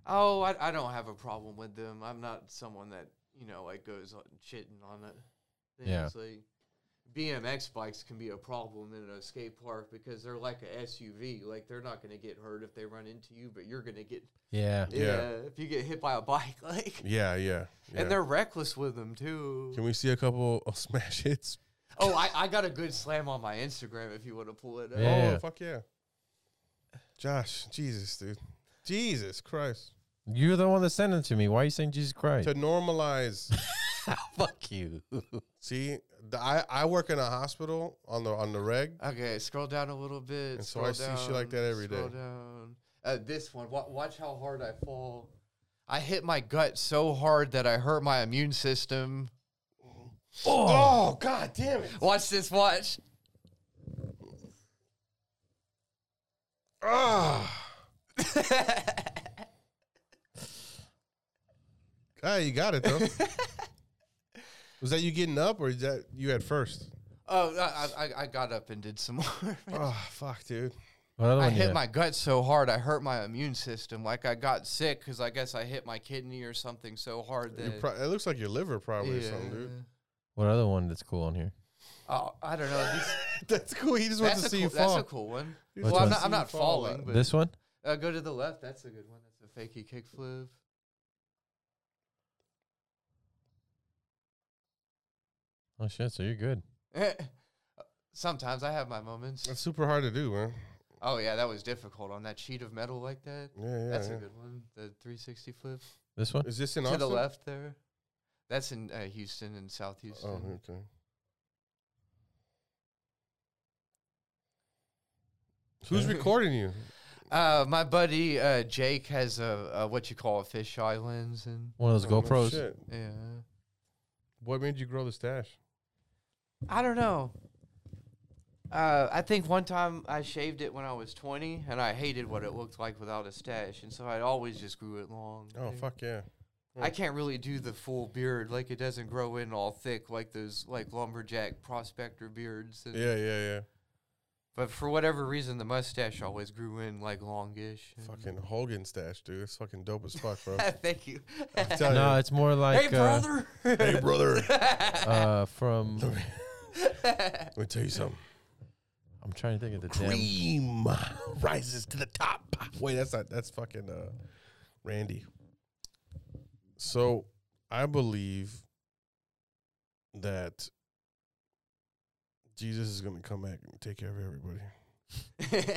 oh, I, I don't have a problem with them. I'm not someone that you know like goes on shitting on it. Things. Yeah. Like, BMX bikes can be a problem in a skate park because they're like a SUV. Like they're not going to get hurt if they run into you, but you're going to get Yeah. Yeah. yeah. if you get hit by a bike like Yeah, yeah. yeah. and they're reckless with them too Can we see a couple of smash hits? oh I, I got a good slam on my instagram if you want to pull it up Yeah. Oh fuck yeah, Josh, Jesus, dude, Jesus Christ, You're the one that sent it to me. Why are you saying Jesus Christ? to normalize. Fuck you. See, the, I I work in a hospital on the on the reg. okay scroll down a little bit And so I scroll see shit like down, that every day. scroll down. Uh, this one wa- watch how hard i fall i hit my gut so hard that i hurt my immune system Oh, god damn it! watch this watch Ah, ah, you got it though. Was that you getting up or is that you at first? oh I, I, I got up and did some more Oh fuck, dude. Another I one. hit yeah. my gut so hard, I hurt my immune system. Like I got sick because I guess I hit my kidney or something so hard You that pro- it looks like your liver probably or Yeah. something, dude. What other one that's cool on here? Oh, I don't know. These, That's cool. He just wants that's, to see a you cool, fall. that's a cool one. He Which well, I'm one? not, I'm not See you fall, falling, but This one. uh, go to the left. That's a good one. That's a fakey kickflip. Oh shit! So you're good. Eh. Sometimes I have my moments. That's super hard to do, man. Oh yeah, that was difficult on that sheet of metal like that. Yeah, yeah. That's yeah. a good one. The 360 flip This one. Is this in to Austin? the left there. That's in uh, Houston and South Houston. Oh, okay. Who's recording you? Uh, my buddy uh, Jake has a, a what you call a fisheye lens, and One of those Oh, no GoPros. shit. yeah, What made you grow the stash? I don't know. Uh, I think one time I shaved it when I was 20, and I hated what it looked like without a stash, and so I always just grew it long. Oh Yeah. fuck yeah! I can't really do the full beard, like it doesn't grow in all thick like those like lumberjack prospector beards. And Yeah, yeah, yeah. But for whatever reason, the mustache always grew in like longish. and- Fucking Hogan stash, dude. It's fucking dope as fuck, bro. Thank you. I'm telling No, you. it's more like hey, brother. Hey, brother. Uh, uh, from. Let me tell you something. I'm trying to think of the damn. Cream rises to the top. Wait, that's not. That's fucking uh, Randy. So I believe that Jesus is going to come back and take care of everybody.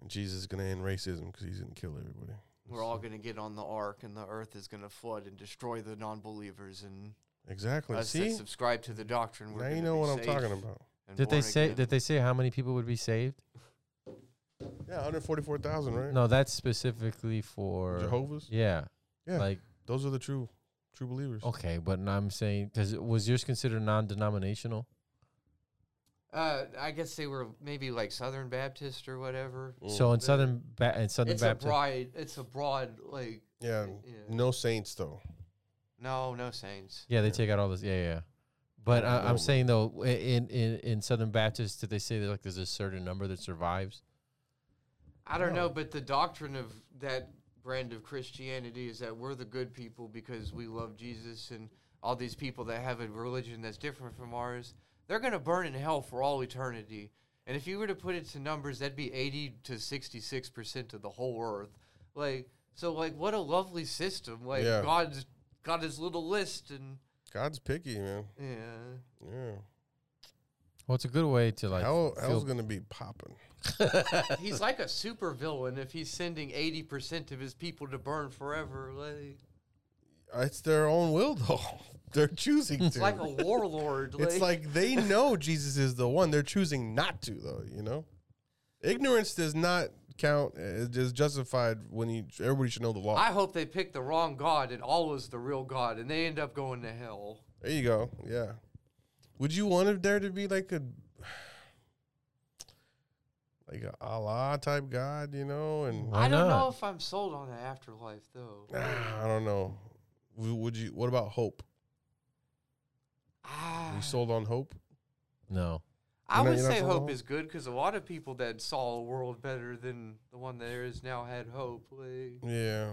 And Jesus is going to end racism because he's going to kill everybody. We're all gonna get on the ark, and the earth is gonna flood and destroy the non-believers, and Exactly. us See, that subscribe to the doctrine. We're now you gonna know be what I'm safe talking about. and Did they born say? again. Did they say how many people would be saved? Yeah, 144,000, right? No, that's specifically for. Jehovah's. Yeah. Yeah. Like Those are the true, true believers. okay, but n- I'm saying because was yours considered non-denominational? Uh, I guess they were maybe like Southern Baptist or whatever. Mm. So in Southern ba- in Southern it's a Baptist, broad. It's a broad like. Yeah, Yeah. no saints though. No, no saints. yeah, they take out all this. Yeah, yeah, yeah. But Yeah, I, no. I'm saying though, i- in, in in Southern Baptist, did they say that like there's a certain number that survives? I don't No. know, but the doctrine of that brand of Christianity is that we're the good people because we love Jesus, and all these people that have a religion that's different from ours, they're going to burn in hell for all eternity. And if you were to put it to numbers, that'd be 80 to 66% of the whole earth. Like, so, like, what a lovely system. Like, Yeah. God's got his little list, and God's picky, man. yeah. Yeah, Well, it's a good way to like. hell, feel- hell's gonna be popping. He's like a super villain if he's sending 80% of his people to burn forever. Like, Uh, It's their own will though. They're choosing to. it's like a warlord. eh? it's like they know Jesus is the one. They're choosing not to though. You know, ignorance does not count. It is justified when you. Everybody should know the law. I hope they pick the wrong god and Allah is the real god and they end up going to hell. There you go. Yeah. Would you want it there to be like a like a Allah type God, you know? And Why I don't know not? if I'm sold on the afterlife though. ah, I don't know. W- Would you? What about hope? Ah, We sold on hope. No, I You're not- would you're not say sold on hope hope? is good because a lot of people that saw a world better than the one that there is now had hope. Like, Yeah.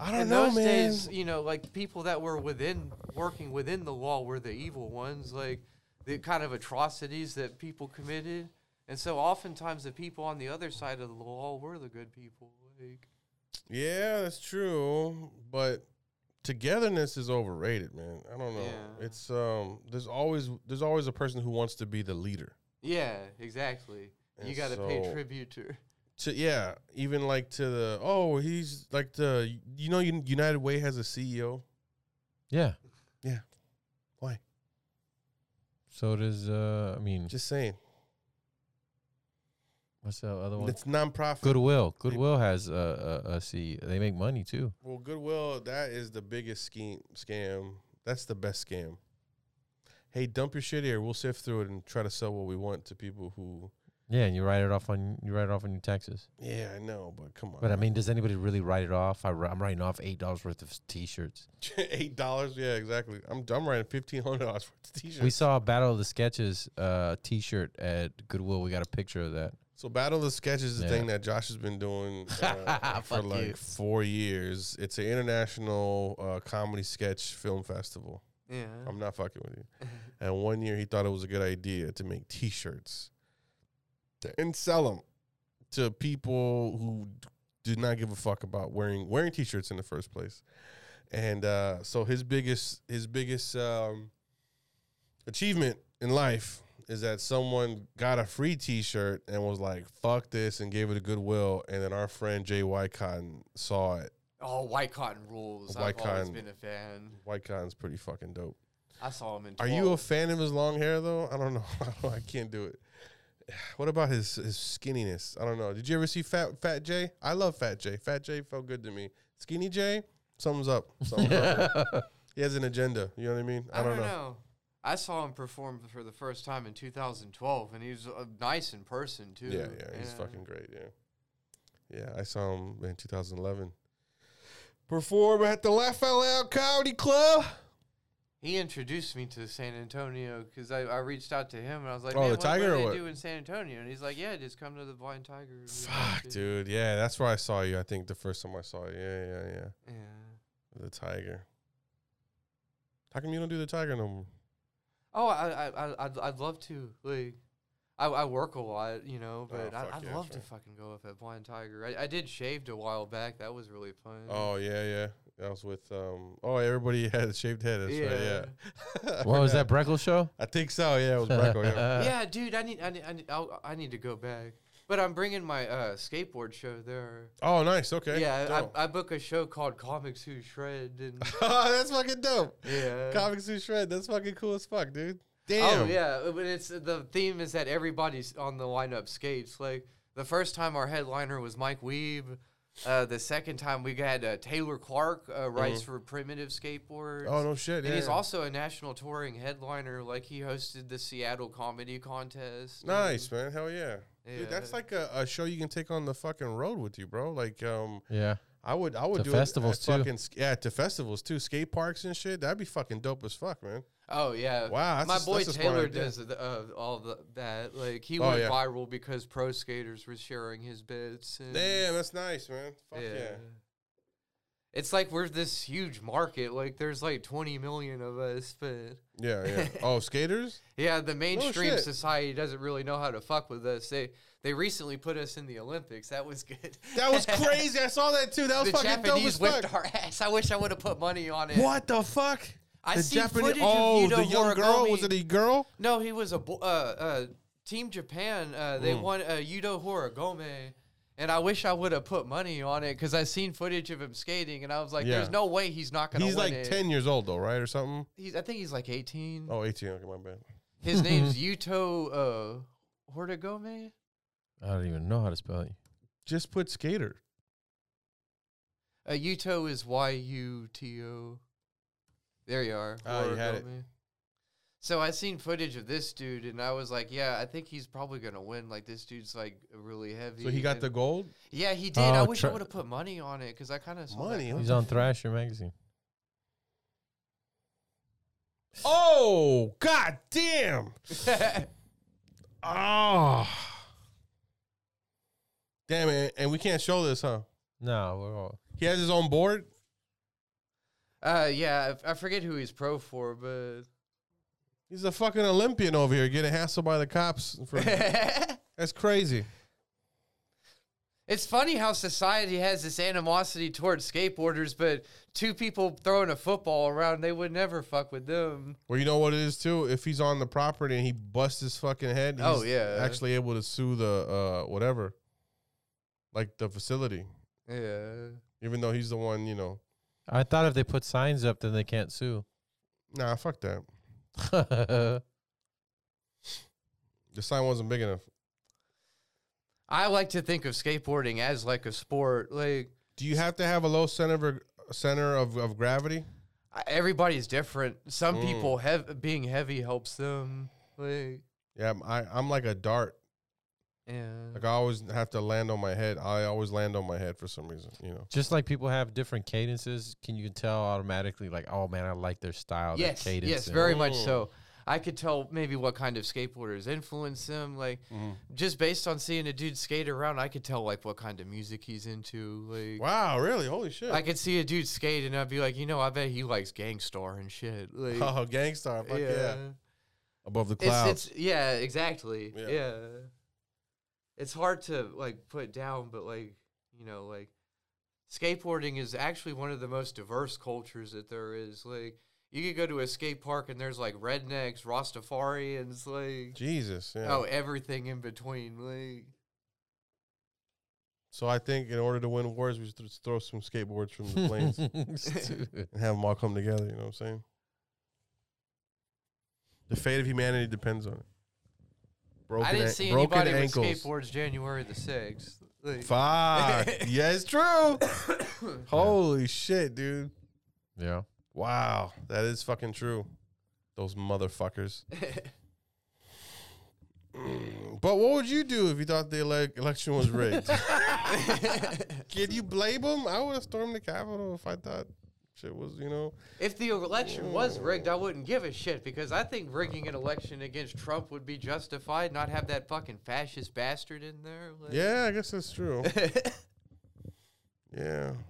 I don't in know, those man. days, you know, like people that were within working within the law were the evil ones, like the kind of atrocities that people committed. And so oftentimes the people on the other side of the law were the good people. Like yeah, that's true. But togetherness is overrated, man. I don't know. Yeah. It's um. There's always there's always a person who wants to be the leader. Yeah, exactly. And you got to pay so- tribute to. to yeah, even like to the oh he's like the you know Un- United Way has a E CEO. yeah. Yeah. Why? So does uh, I mean, Just saying, what's the other one? it's nonprofit. Goodwill. Goodwill has a a, a CEO. They make money too. well, Goodwill that is the biggest scheme scam. That's the best scam. Hey, dump your shit here. We'll sift through it and try to sell what we want to people who. Yeah, and you write it off on you write it off on your taxes. Yeah, I know, but come on. But I mean, does anybody really write it off? I, am writing off eight dollars worth of T-shirts. eight dollars. Yeah, exactly. I'm dumb writing fifteen hundred dollars for the t-shirt. We saw a Battle of the Sketches uh, T-shirt at Goodwill. We got a picture of that. So Battle of the Sketches is the Yeah. thing that Josh has been doing uh, for Fuck like you. four years. It's an international uh, comedy sketch film festival. Yeah. I'm not fucking with you. And one year he thought it was a good idea to make T-shirts and sell them to people who did not give a fuck about wearing wearing T-shirts in the first place. And uh, so his biggest his biggest um, achievement in life is that someone got a free T-shirt and was like, "Fuck this," and gave it a goodwill. And then our friend Jay Wycotton saw it. Oh, White Cotton rules. White I've always Cotton. been a fan. Wycotton's pretty fucking dope. I saw him in. Are you a 12. fan of his long hair though? I don't know. I, don't, I can't do it. What about his his skinniness? I don't know. Did you ever see Fat Fat Jay? I love Fat Jay. Fat Jay felt good to me. Skinny Jay, something's up. Something's up. He has an agenda. You know what I mean? I don't know. I saw him perform for the first time in 2012, and he was uh, nice in person too. Yeah, yeah, he's fucking great. Yeah, yeah. I saw him in 2011 perform at the Laugh Out Loud Comedy Club. He introduced me to San Antonio because I, I reached out to him and I was like, Oh, "Man, the what, what tiger or do they what?" do in San Antonio?" And he's like, "Yeah, just come to the Blind Tiger." and we watch Fuck, it." dude. Yeah, that's where I saw you. I think the first time I saw you. Yeah, yeah, yeah. Yeah. The tiger. How come you don't do the tiger no more? Oh, I, I, I, I'd, I'd love to. Like, I, I work a lot, you know, but I, Oh, fuck I'd yeah, love that's to right. fucking go up at Blind Tiger. I, I did shaved a while back. That was really fun. Oh yeah, yeah. That was with um. Oh, everybody had a shaved head. That's right. Yeah. What was that Breckle show? I think so. Yeah, it was Bracco. Yeah. yeah, dude, I need, I need, I need, I'll, I need to go back. But I'm bringing my uh, skateboard show there. Oh, nice. Okay. yeah, Dope. Oh, I, I book a show called Comics Who Shred, and that's fucking dope. yeah, Comics who shred. That's fucking cool as fuck, dude. Damn. Oh yeah, but it's the theme is that everybody's on the lineup skates. Like the first time our headliner was Mike Weeb. Uh, the second time we had uh, Taylor Clark uh, writes for Primitive Skateboards. Mm-hmm. Oh no shit. And Yeah. he's yeah. also a national touring headliner. Like he hosted the Seattle Comedy Contest. and- Nice man. Hell yeah. Dude, that's Yeah. like a, a show you can take on the fucking road with you, bro. Like um. Yeah. I would, I would To do festivals, it too. at fucking, sk- yeah, to festivals too, skate parks and shit. That'd be fucking dope as fuck, man. Oh yeah. Wow, that's My a- boy that's a smart Taylor idea. does the, uh, all the, that. Like he Oh, went yeah. viral because pro skaters were sharing his bits. And Damn, that's nice, man. Fuck yeah. It's like we're this huge market. Like there's like 20 million of us, but Yeah, yeah. Oh, skaters? yeah, the mainstream Oh, shit. society doesn't really know how to fuck with us. They they recently put us in the Olympics. That was good. That was crazy. I saw that too. That was the fucking Japanese dope as whipped fuck. our ass. I wish I would have put money on it. What the fuck? I the see footage of oh, Vito the young girl. Horikomi. Was it a girl? No, he was a bo- uh, uh, Team Japan. Uh, Mm. they won uh, Yudo Horigome, and I wish I would have put money on it because I seen footage of him skating, and I was like, Yeah. "There's no way he's not gonna He's win like it." 10 years old though, right? Or something? He's, I think he's like 18. Oh, 18. Okay, my bad. His name's Yuto uh, Hortigome. I don't even know how to spell it. Just put skater. Uh, Yuto is Y U T O. There you are. Ah, you had it. Horigome. So I seen footage of this dude, and I was like, "Yeah, I think he's probably gonna win." Like this dude's like really heavy. So he got and- the gold? Yeah, he did. I Oh, wish I tra- would have put money on it because I kind of Money? He's on Thrasher magazine. Oh, god damn. Oh. Ah. Damn it. And we can't show this, huh? No, we're all. He has his own board? uh, yeah, I f- I, forget who he's pro for, but He's a fucking Olympian over here getting hassled by the cops. For, that's crazy. it's funny how society has this animosity towards skateboarders, but two people throwing a football around, they would never fuck with them. Well, you know what it is too. If he's on the property and he busts his fucking head, he's Oh, yeah. actually able to sue the uh, whatever, like the facility, Yeah. even though he's the one. You know, I thought if they put signs up, then they can't sue. nah, fuck that. yeah, The sign wasn't big enough. I like to think of skateboarding as like a sport. Like Do you have to have a low center of center of, of gravity? I- everybody's different. Some Mm. people have being heavy helps them. Like Yeah, I'm- I, I'm like a dart. yeah. Like I always have to land on my head. I always land on my head for some reason. You know. just like people have different cadences, can you tell automatically? Like, oh man, I like their style, yes, their cadence. yes, and- very much Mm. so. I could tell maybe what kind of skateboarders influence him. Like just based on seeing a dude skate around, I could tell like what kind of music he's into. Like Wow, really? Holy shit! I could see a dude skate and I'd be like, you know, I bet he likes Gangstar and shit. Like oh, gangstar! Fuck yeah. Above the It's, clouds. it's yeah, exactly. Yeah. Yeah. It's hard to like put down, but like, you know, like skateboarding is actually one of the most diverse cultures that there is. Like you could go to a skate park and there's like rednecks, Rastafarians, like Jesus. Yeah. oh, everything in between. Like So I think in order to win wars, we should th- throw some skateboards from the planes and have them all come together. You know what I'm saying? The fate of humanity depends on it. Broken I didn't an- see broken anybody ankles. with skateboards January the sixth. Like, Fuck. yeah, it's true. Holy shit, dude. yeah. Wow. That is fucking true. Those motherfuckers. Mm. But what would you do if you thought the ele- election was rigged? Can you blame them? I would have stormed the Capitol if I thought shit was, you know. If the election was rigged, I wouldn't give a shit because I think rigging an election against Trump would be justified. Not have that fucking fascist bastard in there. like- Yeah, I guess that's true. yeah.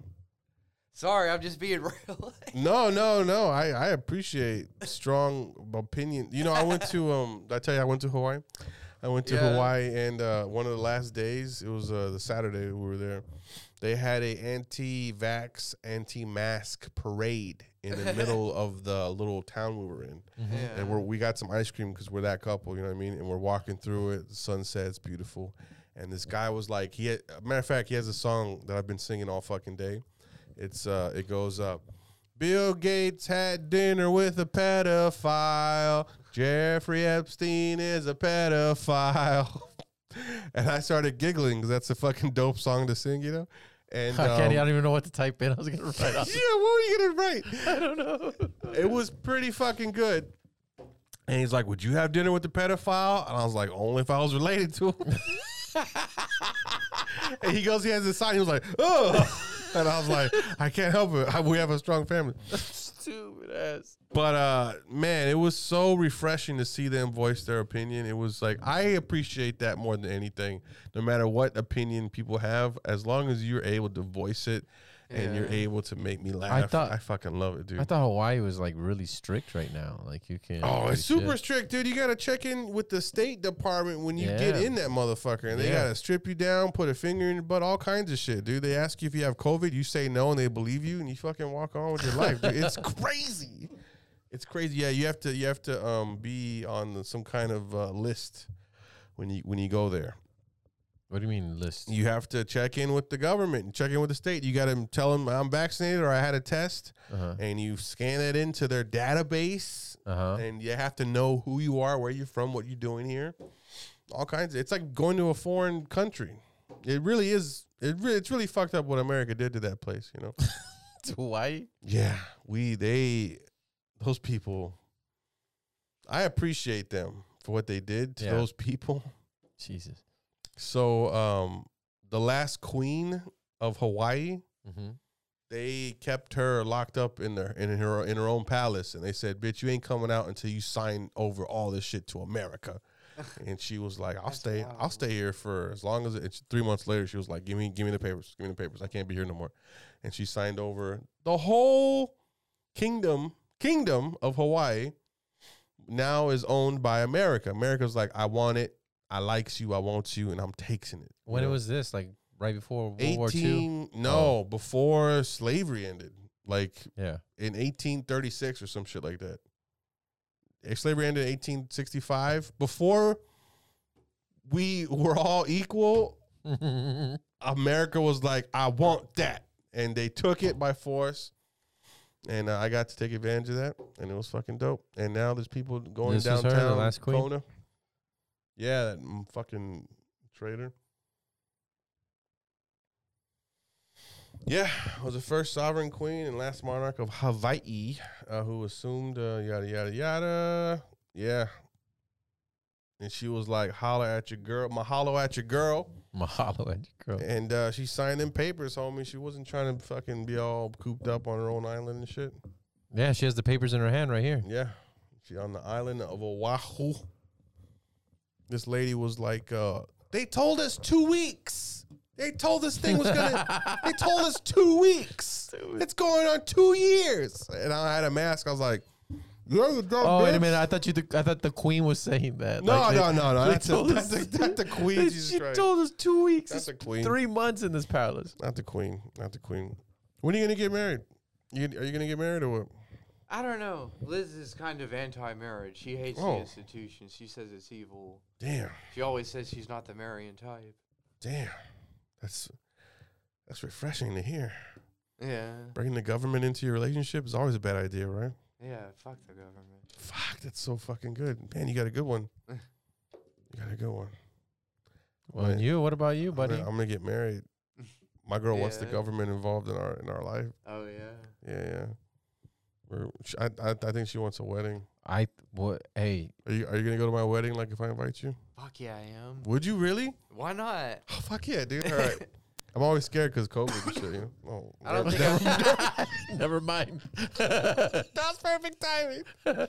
Sorry, I'm just being real. No, no, no. I, I appreciate strong opinion. You know, I went to um. Did I tell you, I went to Hawaii. I went to Yeah. Hawaii, and uh, one of the last days, it was uh, the Saturday we were there. They had a anti-vax, anti-mask parade in the middle of the little town we were in, Yeah. and we're, we got some ice cream because we're that couple. You know what I mean? And we're walking through it. The sunset's beautiful, and this guy was like, he. Had, matter of fact, he has a song that I've been singing all fucking day. It's uh, it goes up. Bill Gates had dinner with a pedophile. Jeffrey Epstein is a pedophile. and I started giggling because that's a fucking dope song to sing, you know. And I can't. I um, don't even know what to type in. I was gonna write off. yeah, what were you gonna write? I don't know. It was pretty fucking good. And he's like, "Would you have dinner with the pedophile?" And I was like, "Only if I was related to him." and he goes, he has a sign. He was like, "Oh," and I was like, "I can't help it. I- we have a strong family." Stupid ass. But uh man, it was so refreshing to see them voice their opinion. It was like I appreciate that more than anything. No matter what opinion people have, as long as you're able to voice it and you're Yeah. able to make me laugh, I, thought- fucking love it, dude. I thought Hawaii was like really strict right now. Like you can. Oh, it's super strict, dude. You gotta check in with the State Department when you get Yeah. in that motherfucker, and they Yeah. gotta strip you down, put a finger in your butt, all kinds of shit, dude. They ask you if you have COVID, you say no, and they believe you, and you fucking walk on with your life. Dude. It's crazy. It's crazy. Yeah, you have to you have to um be on the, some kind of uh, list when you when you go there. What do you mean list? You have to check in with the government, and check in with the state. You gotta tell them I'm vaccinated or I had a test, Uh huh. and you scan that into their database Uh huh. and you have to know who you are, where you're from, what you're doing here, all kinds. Of, it's like going to a foreign country. It really is. It re- it's really fucked up what America did to that place. You know. Hawaii. yeah, we they those people. I appreciate them for what they did to Yeah. those people. Jesus. So, um, the last queen of Hawaii, Mm-hmm. they kept her locked up in their in her in her own palace, and they said, "Bitch, you ain't coming out until you sign over all this shit to America." and she was like, "I'll That's stay. I'll wild. stay here for as long as it." it's Three months later, she was like, "Give me, give me the papers. Give me the papers. I can't be here no more." And she signed over the whole kingdom kingdom of Hawaii. Now is owned by America. America's like, "I want it. I likes you. I want you, and I'm taking it." When You it know? was this? Like right before World War Two. Oh. 18 no before slavery ended like Yeah. in 1836 or some shit like that Eh, slavery ended in 1865 before we were all equal america was like i want that and they took it by force and uh, i got to take advantage of that and it was fucking dope and now there's people going This was her, the downtown last queen? Kona. yeah that mm, fucking traitor Yeah, was the first sovereign queen and last monarch of Hawaii, uh, who assumed uh, yada yada yada. Yeah, and she was like, "Holler at your girl, mahalo at your girl," Mahalo at your girl. and uh, she signed in papers, homie. She wasn't trying to fucking be all cooped up on her own island and shit. Yeah, she has the papers in her hand right here. Yeah, she on the island of Oahu. This lady was like, uh, "They told us two weeks. They told this thing was gonna. they told us two weeks. It's going on two years." And I had a mask. I was like, "You're the dumb Oh wait bitch." a minute! I thought you. Th- I thought the queen was saying that. No, Like, they- no, no, no. they That's a, told that's, us- a, that's a queen. Jesus she Christ. told us two weeks. that's That's a queen. three months in this palace. Not the queen. Not the queen. When are you gonna get married? You, are you gonna get married or what? I don't know. Liz is kind of anti-marriage. She hates Oh. the institution. She says it's evil. Damn, She always says she's not the Marian type. damn. That's that's refreshing to hear. Yeah. Bringing the government into your relationship is always a bad idea, right? Yeah. Fuck the government. Fuck, that's so fucking good. Man, you got a good one. You got a good one. Well, Right. and you? What about you, I'm gonna- buddy? I'm gonna, get married. My girl wants the Yeah. government involved in our in our life. Oh yeah. Yeah, yeah. We're, sh- I, I I think she wants a wedding. I what? Hey, Are you are you gonna go to my wedding? Like if I invite you, Fuck yeah, I am. would you really? Why not? Oh, fuck yeah, dude. All right. I'm always scared because COVID and shit. You know? oh, I don't never- think I- Never mind. That's perfect timing.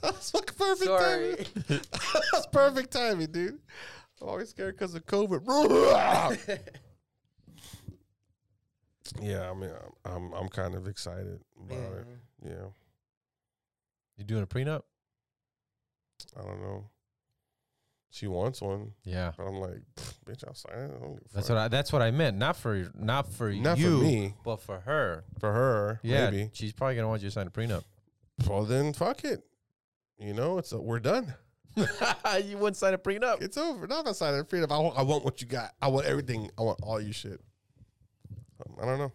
That's fucking perfect Sorry. timing. That's perfect timing, dude. I'm always scared because of COVID. yeah, I mean, I'm I'm, I'm kind of excited about it. Yeah, You doing a prenup? I don't know. She wants one, Yeah. but I'm like, "Pfft, bitch, I'll sign it. I don't give a That's fuck." what I. That's what I meant. Not for not for Not you, for me, but for her. for her, Yeah, maybe. she's probably gonna want you to sign a prenup. Well, then fuck it. You know, it's a, we're done. you wouldn't sign a prenup. It's over. Not that side of freedom. I want, I want what you got. I want everything. I want all your shit. Um, I don't know.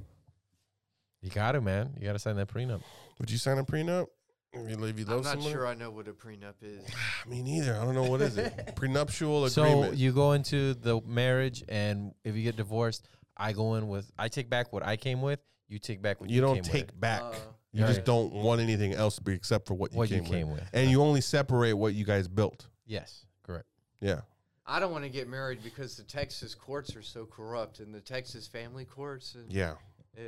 You got to, man. You got to sign that prenup. Would you sign a prenup? If you, if you I'm love not someone? sure I know what a prenup is. Me neither. I don't know. What is it? Prenuptial So agreement. you go into the marriage, and if you get divorced, I go in with. I take back what I came with. You take back what you, you, don't came take with, back. Uh, you yeah, just yeah. don't want anything else be- except for what you, what came, you came with. with. And you only separate what you guys built. Yes, correct. Yeah. I don't want to get married because the Texas courts are so corrupt and the Texas family courts and Yeah. yeah.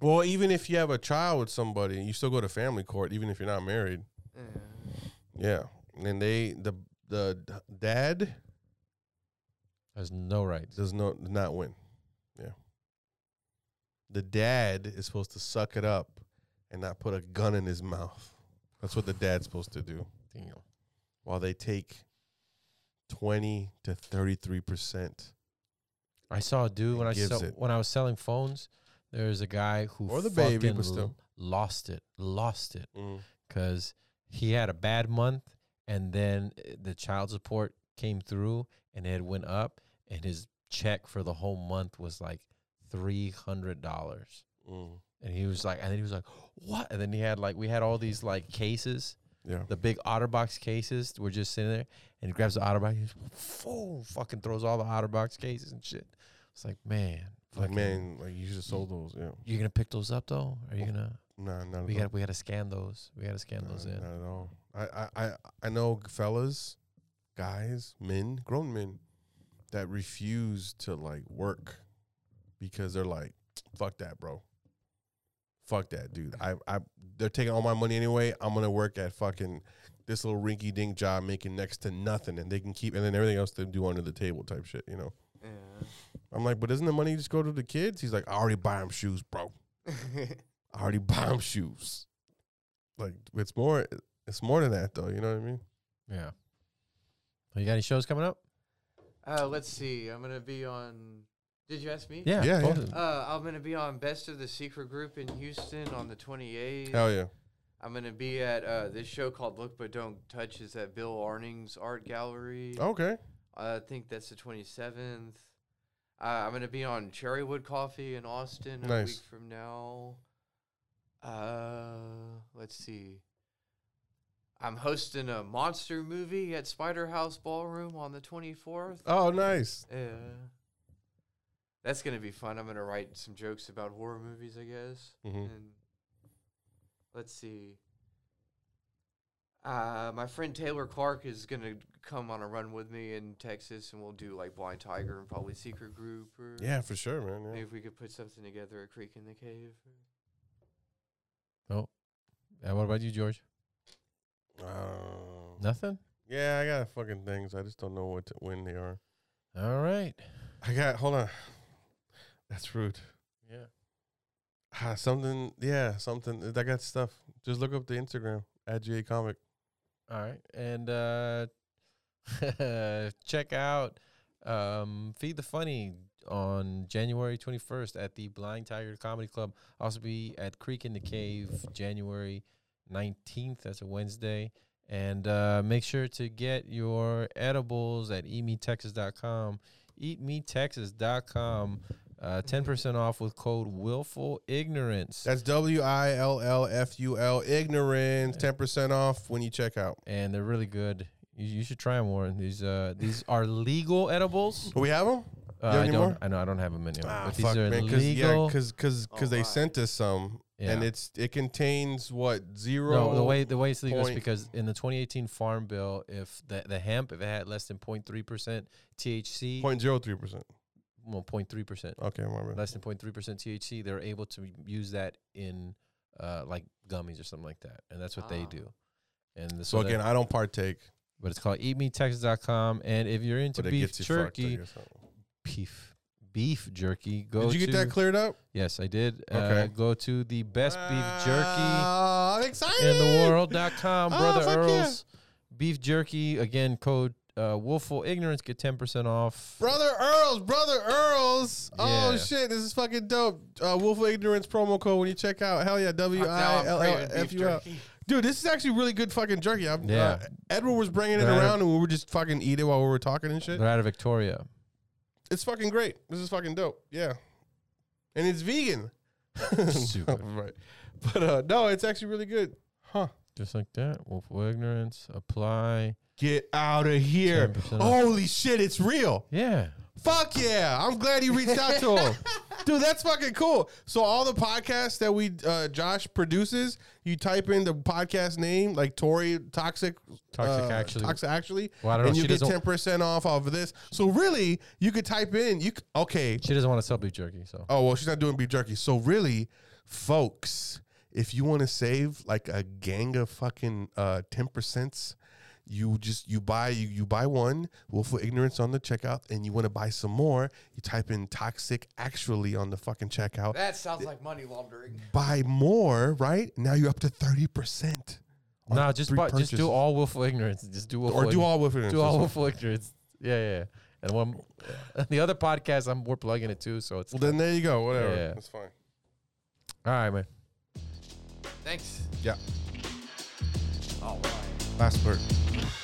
Well, even if you have a child with somebody, you still go to family court, even if you're not married. yeah. Yeah. And they, the, the d- dad There's no rights. does no, does not win. Yeah. The dad is supposed to suck it up and not put a gun in his mouth. That's what the dad's supposed to do. While they take 20 to 33%. I saw a dude when I gives sell, it. when I was selling phones. There was a guy who Or the baby, fucking but still. lost it, lost it, because he had a bad month, and then uh, the child support came through, and it went up, and his check for the whole month was like three hundred dollars. Mm. And he was like, and then he was like, what? And then he had like, we had all these like cases, Yeah. the big OtterBox cases. We're just sitting there, and he grabs the OtterBox, he's fool, fucking throws all the OtterBox cases and shit. It's like, man, Like, fucking- man, Oh, like you should have sold those. Yeah. you're gonna pick those up though? Are you gonna? Nah, not at We all. got, we got to scan those. We got to scan Nah, those in. Not at all. I, I, I, I know fellas, guys, men, grown men that refuse to like work because they're like, fuck that, bro. Fuck that, dude. I, I they're taking all my money anyway. I'm gonna work at fucking this little rinky dink job making next to nothing and they can keep and then everything else they do under the table type shit, you know. I'm like, but doesn't the money just go to the kids? He's like, I already buy them shoes, bro. yeah. I already buy them shoes. Like it's more it's more than that though, you know what I mean? Yeah. Well, you got any shows coming up? uh, let's see. I'm gonna be on. Did you ask me? Yeah. Yeah, both yeah. of them. Uh, I'm gonna be on Best of the Secret Group in Houston on the 28th. Hell yeah. I'm gonna be at uh, this show called Look But Don't Touch is at Bill Arning's Art Gallery. Okay. I think that's the 27th. Uh, I'm gonna be on Cherrywood Coffee in Austin a Nice. week from now. Uh, let's see. I'm hosting a monster movie at Spider House Ballroom on the 24th. Oh, nice. Yeah. That's gonna be fun. I'm gonna write some jokes about horror movies, I guess. Mhm. And let's see. Uh, my friend Taylor Clark is gonna come on a run with me in Texas, and we'll do like Blind Tiger and probably Secret Group, or Yeah, for sure, man. maybe Yeah. if we could put something together at Creek in the Cave. And what about you, George? Uh, Nothing. Yeah, I got fucking things. I just don't know what to, when they are. All right. I got hold on. That's rude. Yeah. Ah, something yeah, something I got stuff. Just look up the Instagram at GA Comic. All right. And uh, check out um, Feed the Funny on January 21st at the Blind Tiger Comedy Club. Also be at Creek in the Cave January 19th. That's a Wednesday. And uh, make sure to get your edibles at eatmetexas.com. Eatmetexas.com. Uh, 10% off with code willful ignorance. That's W I L L F U L ignorance. Ten percent off when you check out. and they're really good. You, you should try them, Warren. These uh, these are legal edibles. Do we have them? Uh, have I any don't. more? I know. I don't have them anymore. Ah, but these fuck, are man. Cause, yeah, legal. because because Oh, because they my. sent us some, and Yeah. it's it contains what zero. no, the way the way it's legal is point- because in the 2018 Farm Bill, if the the hemp if it had less than 0.3 percent THC, point zero three percent. well, 0.3 percent, Okay, my bad. less than 0.3 percent THC. They're able to use that in uh, like gummies or something like that, and that's what they Ah. do. And the, So that- again, I don't partake, but it's called eatmeetexas.com. And if you're into but it beef gets you fucked. I jerky, guess. beef beef jerky, go. Did you get to- that cleared up? Yes, I did. Uh, Okay. go to the best beef jerky Wow, I'm excited. in the world.com, Oh, brother fuck yeah. Earls. Beef jerky again. Code uh, Wolfful Ignorance get ten percent off. Brother Earls, brother Earls. Oh Yeah. shit, this is fucking dope. Uh, Wolf of Ignorance promo code when you check out. Hell yeah, W Fuck, now I I'm uh, L L craving beef F U L. jerky. Dude, this is actually really good fucking jerky. I'm, Yeah. uh, Edward was bringing it They're- around, and we were just fucking eat it while we were talking and shit. They're out of Victoria. It's fucking great. This is fucking dope. Yeah, and it's vegan. Stupid. right, but uh, no, it's actually really good. Huh. Just like that. Wolfful Ignorance. Apply. Get out of here. 10% off. Holy shit, it's real. Yeah. Fuck yeah. I'm glad he reached out to him. Dude, that's fucking cool. So all the podcasts that we uh, Josh produces, you type in the podcast name like Tori Toxic Toxic uh, Actually. Toxic Actually Well, I don't know. and you She get doesn't- 10% off of this. So really, you could type in you c- okay. She doesn't want to sell beef jerky, so Oh, well, she's not doing beef jerky. So really, folks, if you want to save like a gang of fucking uh 10%, you just you buy you, you buy one willful ignorance on the checkout and you want to buy some more, you type in toxic actually on the fucking checkout. That sounds like money laundering. buy more, right? Now you're up to 30%. on no, just three buy, just purchases. do all willful ignorance. Just do willful or do ignorance. all willful ignorance. Do all That's willful ignorance. Yeah, yeah. yeah. And one, the other podcast, I'm we're plugging it too. So it's fine. well, then there you go. Whatever. Yeah. That's fine. all right, man. Thanks. Yeah. All right. Last word.